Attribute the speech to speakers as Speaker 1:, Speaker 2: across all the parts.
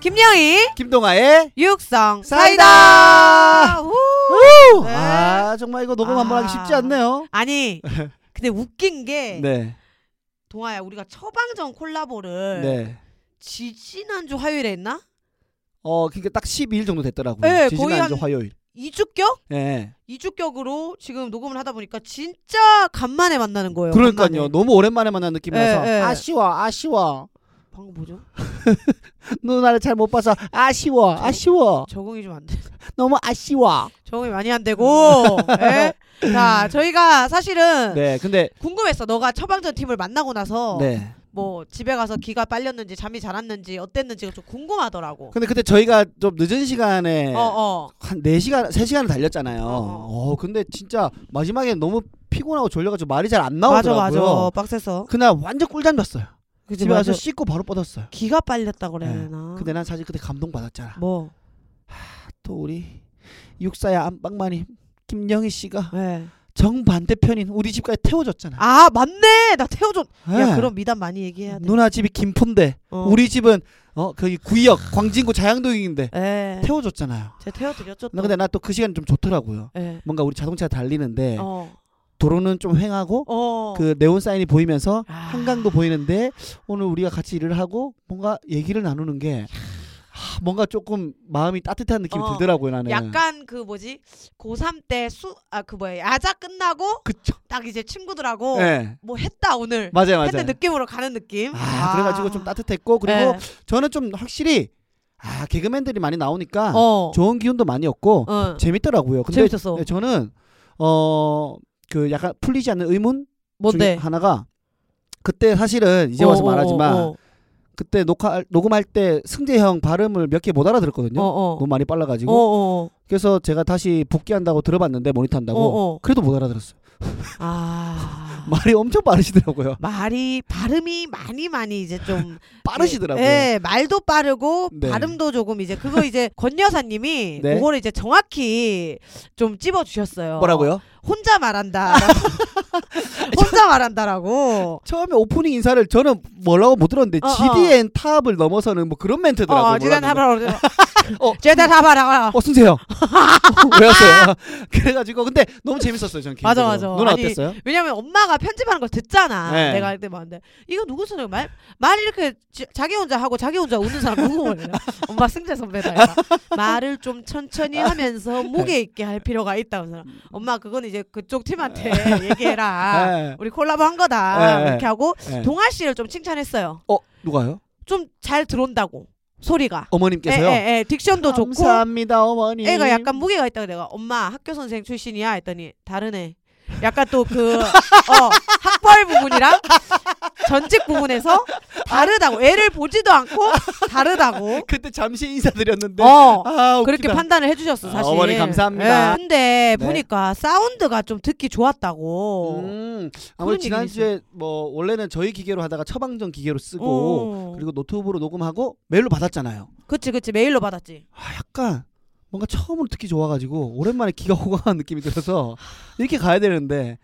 Speaker 1: 김영희
Speaker 2: 김동아의
Speaker 1: 육성
Speaker 2: 사이다.
Speaker 1: 사이다. 우.
Speaker 2: 후!
Speaker 1: 네.
Speaker 2: 아 정말 이거 녹음 한번
Speaker 1: 아.
Speaker 2: 하기 쉽지 않네요.
Speaker 1: 아니 근데 웃긴 게
Speaker 2: 네,
Speaker 1: 동아야 우리가 처방전 콜라보를
Speaker 2: 네.
Speaker 1: 지지난주 화요일에 했나?
Speaker 2: 어 그러니까 딱 12일 정도 됐더라고요.
Speaker 1: 네, 거의
Speaker 2: 지지난주
Speaker 1: 한-
Speaker 2: 화요일.
Speaker 1: 이주격
Speaker 2: 네.
Speaker 1: 이주격으로 지금 녹음을 하다 보니까 진짜 간만에 만나는 거예요.
Speaker 2: 그러니까요.
Speaker 1: 간만에.
Speaker 2: 너무 오랜만에 만난 느낌이라서
Speaker 1: 예, 예.
Speaker 2: 아쉬워, 아쉬워.
Speaker 1: 방금 뭐죠?
Speaker 2: 누나를 잘 못 봐서 아쉬워, 아쉬워.
Speaker 1: 적응이 좀 안 돼.
Speaker 2: 너무 아쉬워.
Speaker 1: 적응이 많이 안 되고. 예? 자, 저희가 사실은
Speaker 2: 네, 근데
Speaker 1: 궁금했어. 너가 처방전 팀을 만나고 나서
Speaker 2: 네.
Speaker 1: 뭐 집에 가서 기가 빨렸는지 잠이 잘 왔는지 어땠는지가 좀 궁금하더라고.
Speaker 2: 근데 그때 네. 저희가 좀 늦은 시간에
Speaker 1: 어, 어.
Speaker 2: 한 4시간, 3시간을 달렸잖아요.
Speaker 1: 어.
Speaker 2: 어, 근데 진짜 마지막에 너무 피곤하고 졸려가지고 말이 잘 안
Speaker 1: 맞아
Speaker 2: 나오더라고요.
Speaker 1: 맞아. 빡세서.
Speaker 2: 그날 완전 꿀잠 잤어요.
Speaker 1: 그치,
Speaker 2: 집에
Speaker 1: 맞아.
Speaker 2: 와서
Speaker 1: 어.
Speaker 2: 씻고 바로 뻗었어요.
Speaker 1: 기가 빨렸다 그래야
Speaker 2: 네.
Speaker 1: 되나?
Speaker 2: 근데 난 사실 그때 감동받았잖아.
Speaker 1: 뭐?
Speaker 2: 또 우리 육사야 안방마님 김영희 씨가
Speaker 1: 네.
Speaker 2: 어. 정반대편인 우리 집까지 태워줬잖아.
Speaker 1: 아 맞네. 나 태워줘.
Speaker 2: 예.
Speaker 1: 아, 야 그럼 미담 많이 얘기해야 돼.
Speaker 2: 누나 집이 김포인데
Speaker 1: 어.
Speaker 2: 우리 집은 어 거기 구역 광진구 자양동인데
Speaker 1: 예.
Speaker 2: 태워줬잖아요.
Speaker 1: 제가 태워드렸죠. 또.
Speaker 2: 나 근데 나 또 그 시간 좀 좋더라고요.
Speaker 1: 예.
Speaker 2: 뭔가 우리 자동차 달리는데
Speaker 1: 어.
Speaker 2: 도로는 좀 횡하고
Speaker 1: 어.
Speaker 2: 그 네온 사인이 보이면서
Speaker 1: 아.
Speaker 2: 한강도 보이는데 오늘 우리가 같이 일을 하고 뭔가 얘기를 나누는 게 하, 뭔가 조금 마음이 따뜻한 느낌이
Speaker 1: 어,
Speaker 2: 들더라고요 나는.
Speaker 1: 약간 그 뭐지 고3 때 수 아 그 뭐야 야자 끝나고
Speaker 2: 그쵸.
Speaker 1: 딱 이제 친구들하고
Speaker 2: 네.
Speaker 1: 뭐 했다 오늘
Speaker 2: 맞아요, 맞아요.
Speaker 1: 했는 느낌으로 가는 느낌.
Speaker 2: 아, 그래가지고 좀 따뜻했고 그리고
Speaker 1: 예.
Speaker 2: 저는 좀 확실히 아 개그맨들이 많이 나오니까
Speaker 1: 어.
Speaker 2: 아, 좋은 기운도 많이 얻고
Speaker 1: 어.
Speaker 2: 재밌더라고요. 근데
Speaker 1: 재밌었어.
Speaker 2: 네, 저는 어 그 약간 풀리지 않는 의문 중에
Speaker 1: 뭔데?
Speaker 2: 하나가 그때 사실은 이제 와서
Speaker 1: 뭐, 네. 어, 어,
Speaker 2: 말하지만
Speaker 1: 어,
Speaker 2: 그때 녹화 녹음할 때 승재 형 발음을 몇 개 못 알아들었거든요.
Speaker 1: 어, 어.
Speaker 2: 너무 많이 빨라가지고
Speaker 1: 어, 어.
Speaker 2: 그래서 제가 다시 복귀한다고 들어봤는데 모니터 한다고
Speaker 1: 어, 어.
Speaker 2: 그래도 못 알아들었어요.
Speaker 1: 아.
Speaker 2: 말이 엄청 빠르시더라고요.
Speaker 1: 말이 발음이 많이 많이 이제 좀
Speaker 2: 빠르시더라고요.
Speaker 1: 예, 말도 빠르고
Speaker 2: 네.
Speaker 1: 발음도 조금 이제 그거 이제 권 여사님이
Speaker 2: 네.
Speaker 1: 그거를 이제 정확히 좀 찝어 네. 주셨어요.
Speaker 2: 뭐라고요?
Speaker 1: 혼자 말한다. 혼자 말한다라고.
Speaker 2: 처음에 오프닝 인사를 저는 뭐라고 못 들었는데
Speaker 1: 어, 어.
Speaker 2: GDN 탑을 넘어서는 뭐 그런 멘트더라고요.
Speaker 1: 어, 제단
Speaker 2: 몰랐는데.
Speaker 1: 하바라.
Speaker 2: 어.
Speaker 1: 제단 하바라.
Speaker 2: 어 승재 형. 왜 왔어요? 그래가지고 근데 너무 재밌었어요. 저는
Speaker 1: 맞아,
Speaker 2: 개인적으로.
Speaker 1: 맞아.
Speaker 2: 누나
Speaker 1: 아니,
Speaker 2: 어땠어요?
Speaker 1: 왜냐면 엄마가 편집하는 걸 듣잖아.
Speaker 2: 네.
Speaker 1: 내가 그때 봤는데 이거 누구 소리야? 말, 말 이렇게 지- 자기 혼자 하고 자기 혼자 웃는 사람 누구 말이야? 엄마 승재 선배다. 얘가. 말을 좀 천천히
Speaker 2: 아.
Speaker 1: 하면서
Speaker 2: 네.
Speaker 1: 무게 있게 할 필요가 있다고 사람.
Speaker 2: 음.
Speaker 1: 엄마 그건 이제 그쪽 팀한테 얘기해라.
Speaker 2: 예,
Speaker 1: 우리 콜라보 한 거다.
Speaker 2: 네, 네.
Speaker 1: 이렇게 하고
Speaker 2: 예.
Speaker 1: 동아 씨를 좀 칭찬했어요.
Speaker 2: 어 누가요?
Speaker 1: 좀 잘 들어온다고 소리가.
Speaker 2: 어머님께서요.
Speaker 1: 에, 에, 에, 딕션도 예. 좋고
Speaker 2: 감사합니다 어머니.
Speaker 1: 애가 약간 무게가 있다고 내가 엄마 학교 선생 출신이야 했더니 다르네. 약간 또 그 학벌 부분이랑 전직 부분에서 다르다고 애를 보지도 않고 다르다고.
Speaker 2: 그때 잠시 인사드렸는데
Speaker 1: 어.
Speaker 2: 아, 웃기다.
Speaker 1: 그렇게 판단을 해주셨어
Speaker 2: 아,
Speaker 1: 사실.
Speaker 2: 어머니 감사합니다.
Speaker 1: 예. 근데
Speaker 2: 네.
Speaker 1: 보니까 사운드가 좀 듣기 좋았다고.
Speaker 2: 음, 아무래도
Speaker 1: 어. 그런 얘기가
Speaker 2: 지난주에 뭐 원래는 저희 기계로 하다가 처방전 기계로 쓰고 그리고 노트북으로 녹음하고 메일로 받았잖아요.
Speaker 1: 어. 그치그치 메일로 받았지.
Speaker 2: 아, 약간 뭔가 처음으로 듣기 좋아가지고 오랜만에 귀가 호강한 느낌이 들어서 이렇게 가야 되는데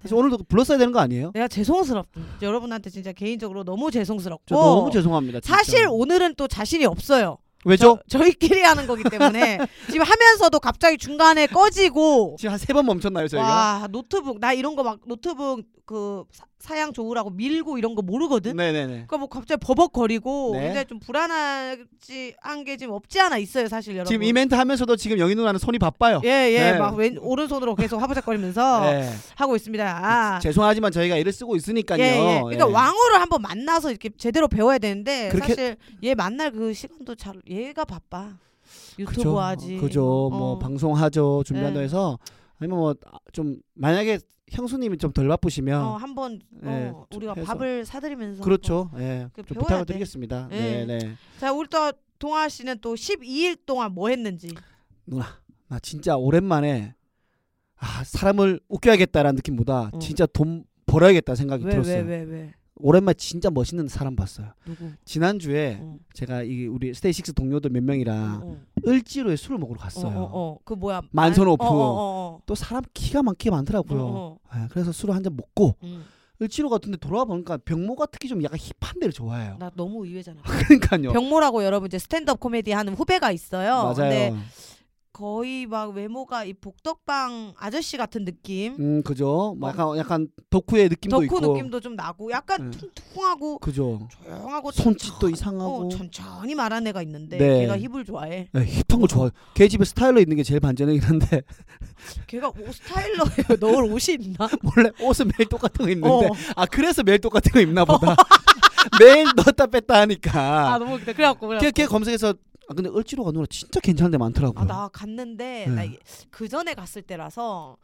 Speaker 2: 사실
Speaker 1: 네.
Speaker 2: 오늘도 불렀어야 되는 거 아니에요?
Speaker 1: 내가 죄송스럽다. 여러분한테 진짜 개인적으로 너무 죄송스럽고.
Speaker 2: 저 너무 죄송합니다. 진짜.
Speaker 1: 어. 사실 오늘은 또 자신이 없어요.
Speaker 2: 왜죠?
Speaker 1: 저, 희끼리 하는 거기 때문에 지금 하면서도 갑자기 중간에 꺼지고
Speaker 2: 지금 한 세 번 멈췄나요 저희가?
Speaker 1: 와 노트북 나 이런 거 막 노트북 그 사, 양 좋으라고 밀고 이런 거 모르거든.
Speaker 2: 네네네.
Speaker 1: 그러니까 뭐 갑자기 버벅거리고
Speaker 2: 음. 네.
Speaker 1: 굉장히 좀 불안하지 한 게 지금 없지 않아 있어요 사실 여러분.
Speaker 2: 지금 이멘트 하면서도 지금 영희 누나는 손이 바빠요.
Speaker 1: 예예
Speaker 2: 네.
Speaker 1: 막 왼 오른손으로 계속 화보작거리면서
Speaker 2: 네.
Speaker 1: 하고 있습니다. 아.
Speaker 2: 죄송하지만 저희가 애를 쓰고 있으니까요.
Speaker 1: 예, 예.
Speaker 2: 예.
Speaker 1: 그러니까 왕호를 한번 만나서 이렇게 제대로 배워야 되는데
Speaker 2: 그렇게-
Speaker 1: 사실 얘 만날 그 시간도 잘 얘가 바빠. 유튜브
Speaker 2: 그죠.
Speaker 1: 하지.
Speaker 2: 그죠. 뭐
Speaker 1: 어.
Speaker 2: 방송하죠. 준비한다
Speaker 1: 네.
Speaker 2: 해서 아니면 뭐 좀 만약에 형수님이 좀 덜 바쁘시면
Speaker 1: 어, 한번
Speaker 2: 예,
Speaker 1: 어, 우리가
Speaker 2: 해서.
Speaker 1: 밥을 사드리면서
Speaker 2: 그렇죠. 예.
Speaker 1: 그
Speaker 2: 좀
Speaker 1: 배워야
Speaker 2: 부탁을
Speaker 1: 돼.
Speaker 2: 드리겠습니다.
Speaker 1: 예.
Speaker 2: 네, 네.
Speaker 1: 한번. 자, 우리 또 동아 씨는 또 12일 동안 뭐 했는지.
Speaker 2: 나 아, 진짜 오랜만에 아, 사람을 웃겨야겠다라는 느낌보다
Speaker 1: 어.
Speaker 2: 진짜 돈 벌어야겠다 생각이
Speaker 1: 아, 왜 왜 왜
Speaker 2: 들었어요.
Speaker 1: 왜 왜?
Speaker 2: 오랜만에 진짜 멋있는 사람 봤어요.
Speaker 1: 누구?
Speaker 2: 지난주에
Speaker 1: 어,
Speaker 2: 제가 이 우리 스테이식스 동료들 몇 명이랑
Speaker 1: 어,
Speaker 2: 을지로에 술을 먹으러
Speaker 1: 어,
Speaker 2: 갔어요.
Speaker 1: 어, 어. 그 뭐야?
Speaker 2: 아, 만선 오프.
Speaker 1: 어, 어, 어, 어.
Speaker 2: 또 사람 기가 막히게 많더라고요.
Speaker 1: 어, 어.
Speaker 2: 예, 그래서 술을 한 잔 먹고
Speaker 1: 음.
Speaker 2: 을지로 같은데 돌아보니까 병모가 특히 좀 약간 힙한 데를 좋아해요.
Speaker 1: 나 너무 의외잖아.
Speaker 2: 그러니까요.
Speaker 1: 병모라고 여러분 이제 스탠드업 코미디 하는 후배가 있어요. 근데
Speaker 2: 맞아요.
Speaker 1: 거의 막 외모가 이 복덕방 아저씨 같은 느낌.
Speaker 2: 음 그죠. 뭐 약간 약간 덕후의 느낌도
Speaker 1: 어. 덕후
Speaker 2: 있고.
Speaker 1: 느낌도 좀 나고 약간
Speaker 2: 네.
Speaker 1: 퉁퉁하고
Speaker 2: 그죠.
Speaker 1: 조용하고
Speaker 2: 손짓도
Speaker 1: 천천히-
Speaker 2: 이상하고.
Speaker 1: 어, 천천히 말한 애가 있는데
Speaker 2: 네.
Speaker 1: 걔가 힙을 좋아해.
Speaker 2: 네, 힙한 거 좋아요. 걔 집에 스타일러 있는 게 제일 반전이긴 한데
Speaker 1: 걔가 옷 스타일러에 넣을 옷이 있나?
Speaker 2: 원래 옷은 매일 똑같은 거 입는데
Speaker 1: 어.
Speaker 2: 아 그래서 매일 똑같은 거 입나 보다. 매일 넣었다 뺐다 하니까.
Speaker 1: 아 너무 웃기다. 그래갖고
Speaker 2: 걔,
Speaker 1: 그래갖고.
Speaker 2: 걔 검색해서 아 근데 을지로 가누라 진짜 괜찮은 데 많더라고요.
Speaker 1: 아, 나 갔는데
Speaker 2: 네.
Speaker 1: 나그 전에 갔을 때라서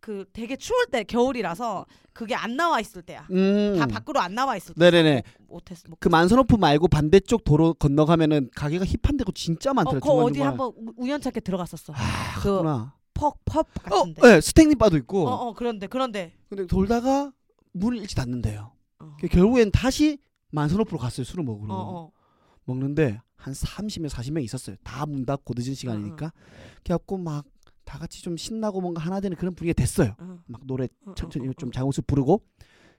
Speaker 1: 그 되게 추울 때 겨울이라서 그게 안 나와 있을 때야.
Speaker 2: 음.
Speaker 1: 다 밖으로 안 나와 있을 때.
Speaker 2: 네네네.
Speaker 1: 못했어. 뭐.
Speaker 2: 그 만선 오프 말고 반대쪽 도로 건너가면은 가게가 힙한 데고 진짜
Speaker 1: 어,
Speaker 2: 많더라.
Speaker 1: 거 어디
Speaker 2: 중간중간.
Speaker 1: 한번 우- 우연찮게 들어갔었어.
Speaker 2: 아,
Speaker 1: 그-
Speaker 2: 갔구나.
Speaker 1: 퍽퍽
Speaker 2: 어,
Speaker 1: 같은데.
Speaker 2: 네, 스탱리 바도 있고.
Speaker 1: 어, 어, 그런데 그런데.
Speaker 2: 근데 돌다가 문을 일찍 닫는데요.
Speaker 1: 어.
Speaker 2: 그 결국엔 다시 만선 오프로 갔어요. 술을 먹으러.
Speaker 1: 어, 어.
Speaker 2: 먹는데 한 30명 40명 있었어요. 다 문 닫고 늦은
Speaker 1: 아.
Speaker 2: 시간이니까. 그래갖고 막 다 같이 좀 신나고 뭔가 하나 되는 그런 분위기가 됐어요.
Speaker 1: 어,
Speaker 2: 막 노래
Speaker 1: 어, 어,
Speaker 2: 천천히
Speaker 1: 어, 어.
Speaker 2: 좀 장우수 부르고.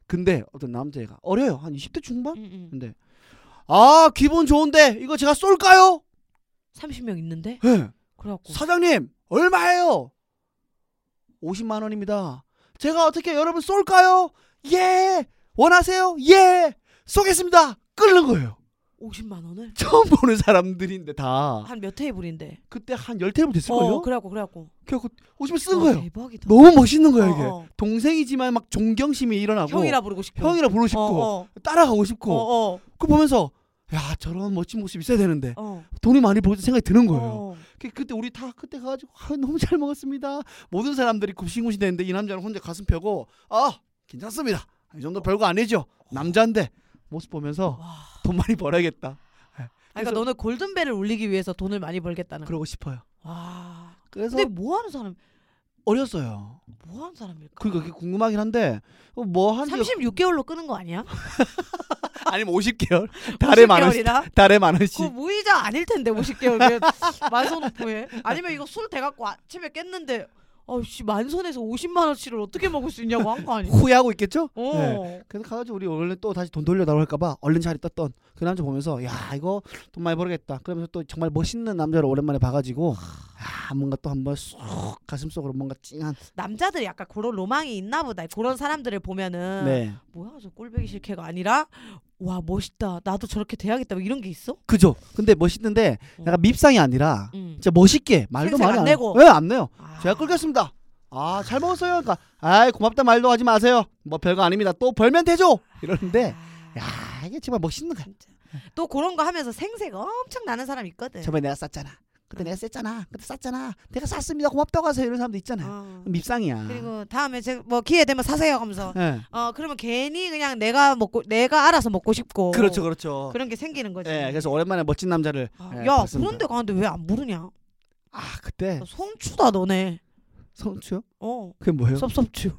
Speaker 2: 근데 어떤 남자애가 어려요. 한 20대 중반?
Speaker 1: 응, 응.
Speaker 2: 근데 아 기분 좋은데 이거 제가 쏠까요?
Speaker 1: 30명 있는데.
Speaker 2: 예.
Speaker 1: 그래갖고
Speaker 2: 사장님 얼마예요? 50만 원입니다. 제가 어떻게 여러분 쏠까요? 예 원하세요? 예 쏘겠습니다. 끓는 거예요.
Speaker 1: 50만 원을
Speaker 2: 처음 보는 사람들인데 다
Speaker 1: 한 몇 테이블인데.
Speaker 2: 그때 한 열
Speaker 1: 아.
Speaker 2: 테이블
Speaker 1: 어,
Speaker 2: 됐을걸요?
Speaker 1: 그래갖고 그래갖고.
Speaker 2: 그래갖고 50만 쓴
Speaker 1: 와,
Speaker 2: 거예요.
Speaker 1: 대박이다.
Speaker 2: 너무 멋있는 거예요 이게.
Speaker 1: 어, 어.
Speaker 2: 동생이지만 막 존경심이 일어나고
Speaker 1: 형이라 부르고 싶고.
Speaker 2: 형이라 부르고
Speaker 1: 어,
Speaker 2: 싶고
Speaker 1: 어.
Speaker 2: 따라가고 싶고
Speaker 1: 어, 어.
Speaker 2: 그 보면서 야 저런 멋진 모습 있어야 되는데
Speaker 1: 어.
Speaker 2: 돈이 많이 벌어서 생각이 드는 거예요.
Speaker 1: 어.
Speaker 2: 그, 그때 우리 다 그때 가가지고 아, 너무 잘 먹었습니다. 모든 사람들이 굽신굽신 되는데 이 남자는 혼자 가슴 펴고 아 괜찮습니다. 이 정도 별거 아니죠. 남자인데 모습 보면서
Speaker 1: 와.
Speaker 2: 돈 많이 벌어야겠다.
Speaker 1: 아니, 그러니까
Speaker 2: 그래서-
Speaker 1: 너는 골든벨을 울리기 위해서 돈을 많이 벌겠다는.
Speaker 2: 그러고 싶어요.
Speaker 1: 와.
Speaker 2: 그래서
Speaker 1: 근데 뭐 하는 사람?
Speaker 2: 어렸어요.
Speaker 1: 뭐 하는 사람일까?
Speaker 2: 그러니까 그게 궁금하긴 한데 뭐 하는지
Speaker 1: 36개월로 끄는 거 아니야?
Speaker 2: 아니면 50개월 달에 만 원씩
Speaker 1: 50개월이나?
Speaker 2: 달에 만
Speaker 1: 그
Speaker 2: 원씩
Speaker 1: 무이자 아닐 텐데 50개월 만손오프에 아니면 이거 술 대갖고 아침에 깼는데 아씨 만손에서 50만 원치를 어떻게 먹을 수 있냐고 한 거 아니야?
Speaker 2: 후회하고 있겠죠?
Speaker 1: 그 어.
Speaker 2: 네. 그래서 가가지고 우리 원래 또 다시 돈 돌려달라고 할까봐 얼른 자리 떴던 그 남자 보면서 야 이거 돈 많이 벌겠다 그러면서 또 정말 멋있는 남자를 오랜만에 봐가지고 아 뭔가 또 한번 쑥 가슴 속으로 뭔가 찡한
Speaker 1: 남자들 약간 그런 로망이 있나 보다. 그런 사람들을 보면은
Speaker 2: 네
Speaker 1: 뭐야 저 꼴보기 싫게가 아니라 와 멋있다. 나도 저렇게 돼야겠다. 뭐 이런 게 있어?
Speaker 2: 그죠 근데 멋있는데 약간 밉상이 아니라
Speaker 1: 응.
Speaker 2: 진짜 멋있게 말도
Speaker 1: 생색
Speaker 2: 많이
Speaker 1: 안
Speaker 2: 안 네,
Speaker 1: 내고.
Speaker 2: 왜안 내요
Speaker 1: 아.
Speaker 2: 제가 끌겠습니다 아 잘 먹었어요 그러니까 아이 고맙다 말도 하지 마세요 뭐 별거 아닙니다 또 벌면 되죠 이러는데
Speaker 1: 아.
Speaker 2: 야 이게 정말 멋있는 거야
Speaker 1: 진짜. 또 그런 거 하면서 생색 엄청 나는 사람 있거든.
Speaker 2: 저번에 내가 쌌잖아 그때 내가 쌌잖아 그때 쌌잖아 내가 쌌습니다 고맙다고 하세요 이런 사람도 있잖아요
Speaker 1: 어.
Speaker 2: 밉상이야
Speaker 1: 그리고 다음에 제 뭐 기회 되면 사세요 하면서
Speaker 2: 예.
Speaker 1: 어 그러면 괜히 그냥 내가 먹고 내가 알아서 먹고 싶고
Speaker 2: 그렇죠, 그렇죠.
Speaker 1: 런게 생기는 거지.
Speaker 2: 예, 그래서 오랜만에 멋진 남자를.
Speaker 1: 아,
Speaker 2: 예,
Speaker 1: 야
Speaker 2: 봤습니다.
Speaker 1: 그런데 가는데 왜 안 부르냐?
Speaker 2: 아 그때
Speaker 1: 너 성추다 너네.
Speaker 2: 성추요?
Speaker 1: 어.
Speaker 2: 그게 뭐예요?
Speaker 1: 섭섭추.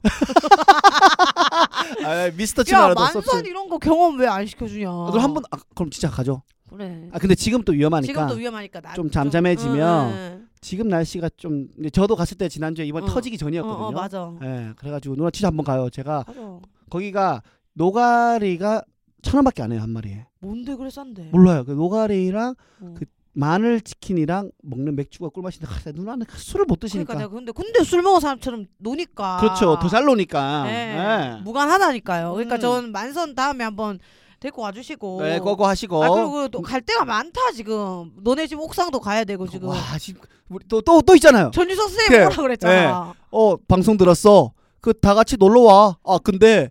Speaker 2: 아 미스터
Speaker 1: 야
Speaker 2: 치마라도
Speaker 1: 만선
Speaker 2: 섭섭.
Speaker 1: 이런 거 경험 왜 안 시켜주냐?
Speaker 2: 그럼 한번 아, 그럼 진짜 가죠.
Speaker 1: 그래.
Speaker 2: 아 근데 지금 또 위험하니까.
Speaker 1: 지금도 위험하니까 나.
Speaker 2: 좀 잠잠해지면
Speaker 1: 응, 응,
Speaker 2: 지금 날씨가 좀 이제 저도 갔을 때 지난주에 이번
Speaker 1: 어.
Speaker 2: 터지기
Speaker 1: 응. 어,
Speaker 2: 전이었거든요.
Speaker 1: 어 맞아.
Speaker 2: 예, 그래가지고 누나 진짜 한번 가요. 제가
Speaker 1: 맞아.
Speaker 2: 거기가 노가리가 천 원밖에 안 해요 한 마리에.
Speaker 1: 뭔데 그래 싼데?
Speaker 2: 몰라요. 그 노가리랑
Speaker 1: 어.
Speaker 2: 그 마늘 치킨이랑 먹는 맥주가 꿀맛인데 하, 누나는 술을 못
Speaker 1: 그러니까
Speaker 2: 드시니까.
Speaker 1: 내가 근데 근데 술 먹은 사람처럼 노니까.
Speaker 2: 그렇죠. 더 잘 노니까.
Speaker 1: 네.
Speaker 2: 예.
Speaker 1: 무관하다니까요. 그러니까
Speaker 2: 음.
Speaker 1: 전 만선 다음에 한번 데리고 와주시고.
Speaker 2: 네, 꺼고 하시고.
Speaker 1: 아 그리고 또 갈 데가 많다 지금. 너네 집 옥상도 가야 되고 지금.
Speaker 2: 어, 와 지금 우리 또 또 또 있잖아요.
Speaker 1: 전유석 쌤
Speaker 2: 그래.
Speaker 1: 뭐라 그랬잖아.
Speaker 2: 어 방송 들었어. 그 다 같이 놀러 와. 아 근데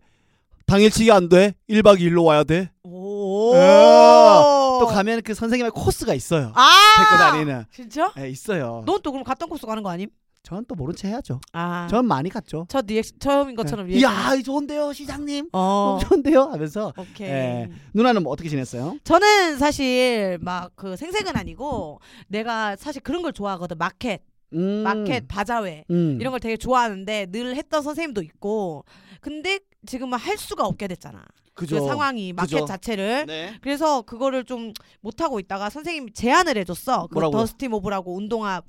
Speaker 2: 당일치기 안 돼. 1박 2일로 와야 돼.
Speaker 1: 오.
Speaker 2: 예. 또 가면 그 선생님의 코스가 있어요.
Speaker 1: 어. 아.
Speaker 2: 데리고 다니는.
Speaker 1: 진짜?
Speaker 2: 예, 있어요.
Speaker 1: 넌 또 그럼 갔던 코스 가는 거 아님?
Speaker 2: 저는 또 모른 채 해야죠.
Speaker 1: 아.
Speaker 2: 저는 많이 갔죠.
Speaker 1: 첫 리액션 처음인 것처럼
Speaker 2: 예.
Speaker 1: 리액션.
Speaker 2: 이야 좋은데요 시장님.
Speaker 1: 어.
Speaker 2: 좋은데요 하면서
Speaker 1: 오케이.
Speaker 2: 예. 누나는 뭐 어떻게 지냈어요?
Speaker 1: 저는 사실 막 그 생색은 아니고 내가 사실 그런 걸 좋아하거든. 마켓,
Speaker 2: 음.
Speaker 1: 마켓, 바자회.
Speaker 2: 음.
Speaker 1: 이런 걸 되게 좋아하는데 늘 했던 선생님도 있고 근데 지금은 할 수가 없게 됐잖아 그
Speaker 2: 그죠.
Speaker 1: 상황이 마켓
Speaker 2: 그죠.
Speaker 1: 자체를
Speaker 2: 네.
Speaker 1: 그래서 그거를 좀 못하고 있다가 선생님이 제안을 해줬어 그
Speaker 2: 뭐라고요?
Speaker 1: 더스티 모브라고 운동화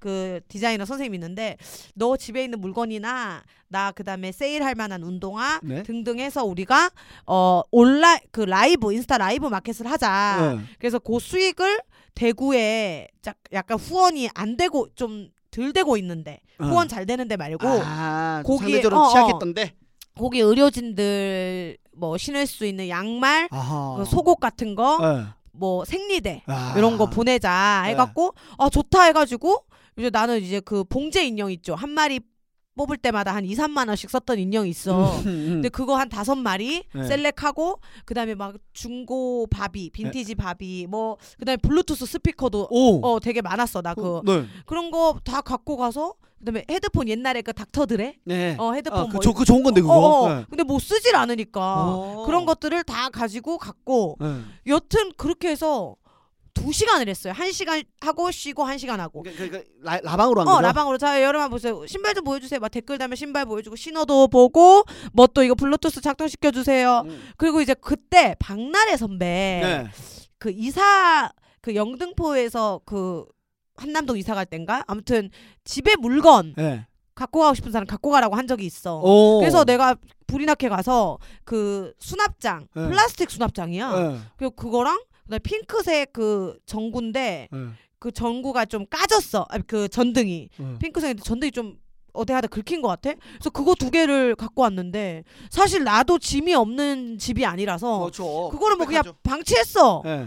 Speaker 1: 그 디자이너 선생님이 있는데 너 집에 있는 물건이나 나 그다음에 세일할 만한 운동화
Speaker 2: 네.
Speaker 1: 등등 해서 우리가 어 온라인 그 라이브 인스타 라이브 마켓을 하자.
Speaker 2: 네.
Speaker 1: 그래서 그 수익을 대구에 짝- 약간 후원이 안 되고 좀 덜 되고 있는데 후원 잘 되는데 말고
Speaker 2: 네. 아,
Speaker 1: 고기에-
Speaker 2: 상대적으로
Speaker 1: 어, 어.
Speaker 2: 취약했던데.
Speaker 1: 거기 의료진들 뭐 신을 수 있는 양말,
Speaker 2: 아하.
Speaker 1: 그 속옷 같은 거,
Speaker 2: 네.
Speaker 1: 뭐 생리대
Speaker 2: 아.
Speaker 1: 이런 거 보내자
Speaker 2: 네.
Speaker 1: 해갖고 아 좋다 해가지고 이제 나는 이제 그 봉제 인형 있죠 한 마리 뽑을 때마다 한 2, 3만 원씩 썼던 인형이 있어.
Speaker 2: 음, 음.
Speaker 1: 근데 그거 한 다섯 마리
Speaker 2: 네.
Speaker 1: 셀렉하고 그다음에 막 중고 바비, 빈티지 바비 뭐 그다음에 블루투스 스피커도
Speaker 2: 오.
Speaker 1: 어 되게 많았어 나 그
Speaker 2: 어, 네.
Speaker 1: 그런 거 다 갖고 가서 그다음에 헤드폰 옛날에 그 닥터들의
Speaker 2: 네.
Speaker 1: 어 헤드폰
Speaker 2: 아,
Speaker 1: 뭐
Speaker 2: 그, 저, 그 좋은 건데
Speaker 1: 어,
Speaker 2: 그거.
Speaker 1: 어, 어.
Speaker 2: 네.
Speaker 1: 근데 못 쓰질 않으니까
Speaker 2: 어.
Speaker 1: 그런 것들을 다 가지고 갔고
Speaker 2: 네.
Speaker 1: 여튼 그렇게 해서 두 시간을 했어요 한 시간 하고 쉬고 한 시간 하고
Speaker 2: 그러니까, 그러니까 라, 라방으로 한
Speaker 1: 어
Speaker 2: 거죠?
Speaker 1: 라방으로 자 여러분 보세요 신발 좀 보여주세요 막 댓글 달면 신발 보여주고 신어도 보고 뭐 또 이거 블루투스 작동시켜 주세요
Speaker 2: 음.
Speaker 1: 그리고 이제 그때 박나래 선배
Speaker 2: 네.
Speaker 1: 그 이사 그 영등포에서 그 한남동 이사 갈 땐가 아무튼 집에 물건
Speaker 2: 네.
Speaker 1: 갖고 가고 싶은 사람 갖고 가라고 한 적이 있어.
Speaker 2: 오.
Speaker 1: 그래서 내가 불이 나게 가서 그 수납장
Speaker 2: 네.
Speaker 1: 플라스틱 수납장이야.
Speaker 2: 네.
Speaker 1: 그리고 그거랑 그다음에 핑크색 그 전구인데
Speaker 2: 네.
Speaker 1: 그 전구가 좀 까졌어. 아니, 그 전등이
Speaker 2: 네.
Speaker 1: 핑크색인데 전등이 좀 어디 하다 긁힌 것 같아. 그래서 그거 두 개를 갖고 왔는데 사실 나도 짐이 없는 집이 아니라서
Speaker 2: 그렇죠.
Speaker 1: 어, 그거를 뭐 그냥
Speaker 2: 빽빽하죠.
Speaker 1: 방치했어.
Speaker 2: 네.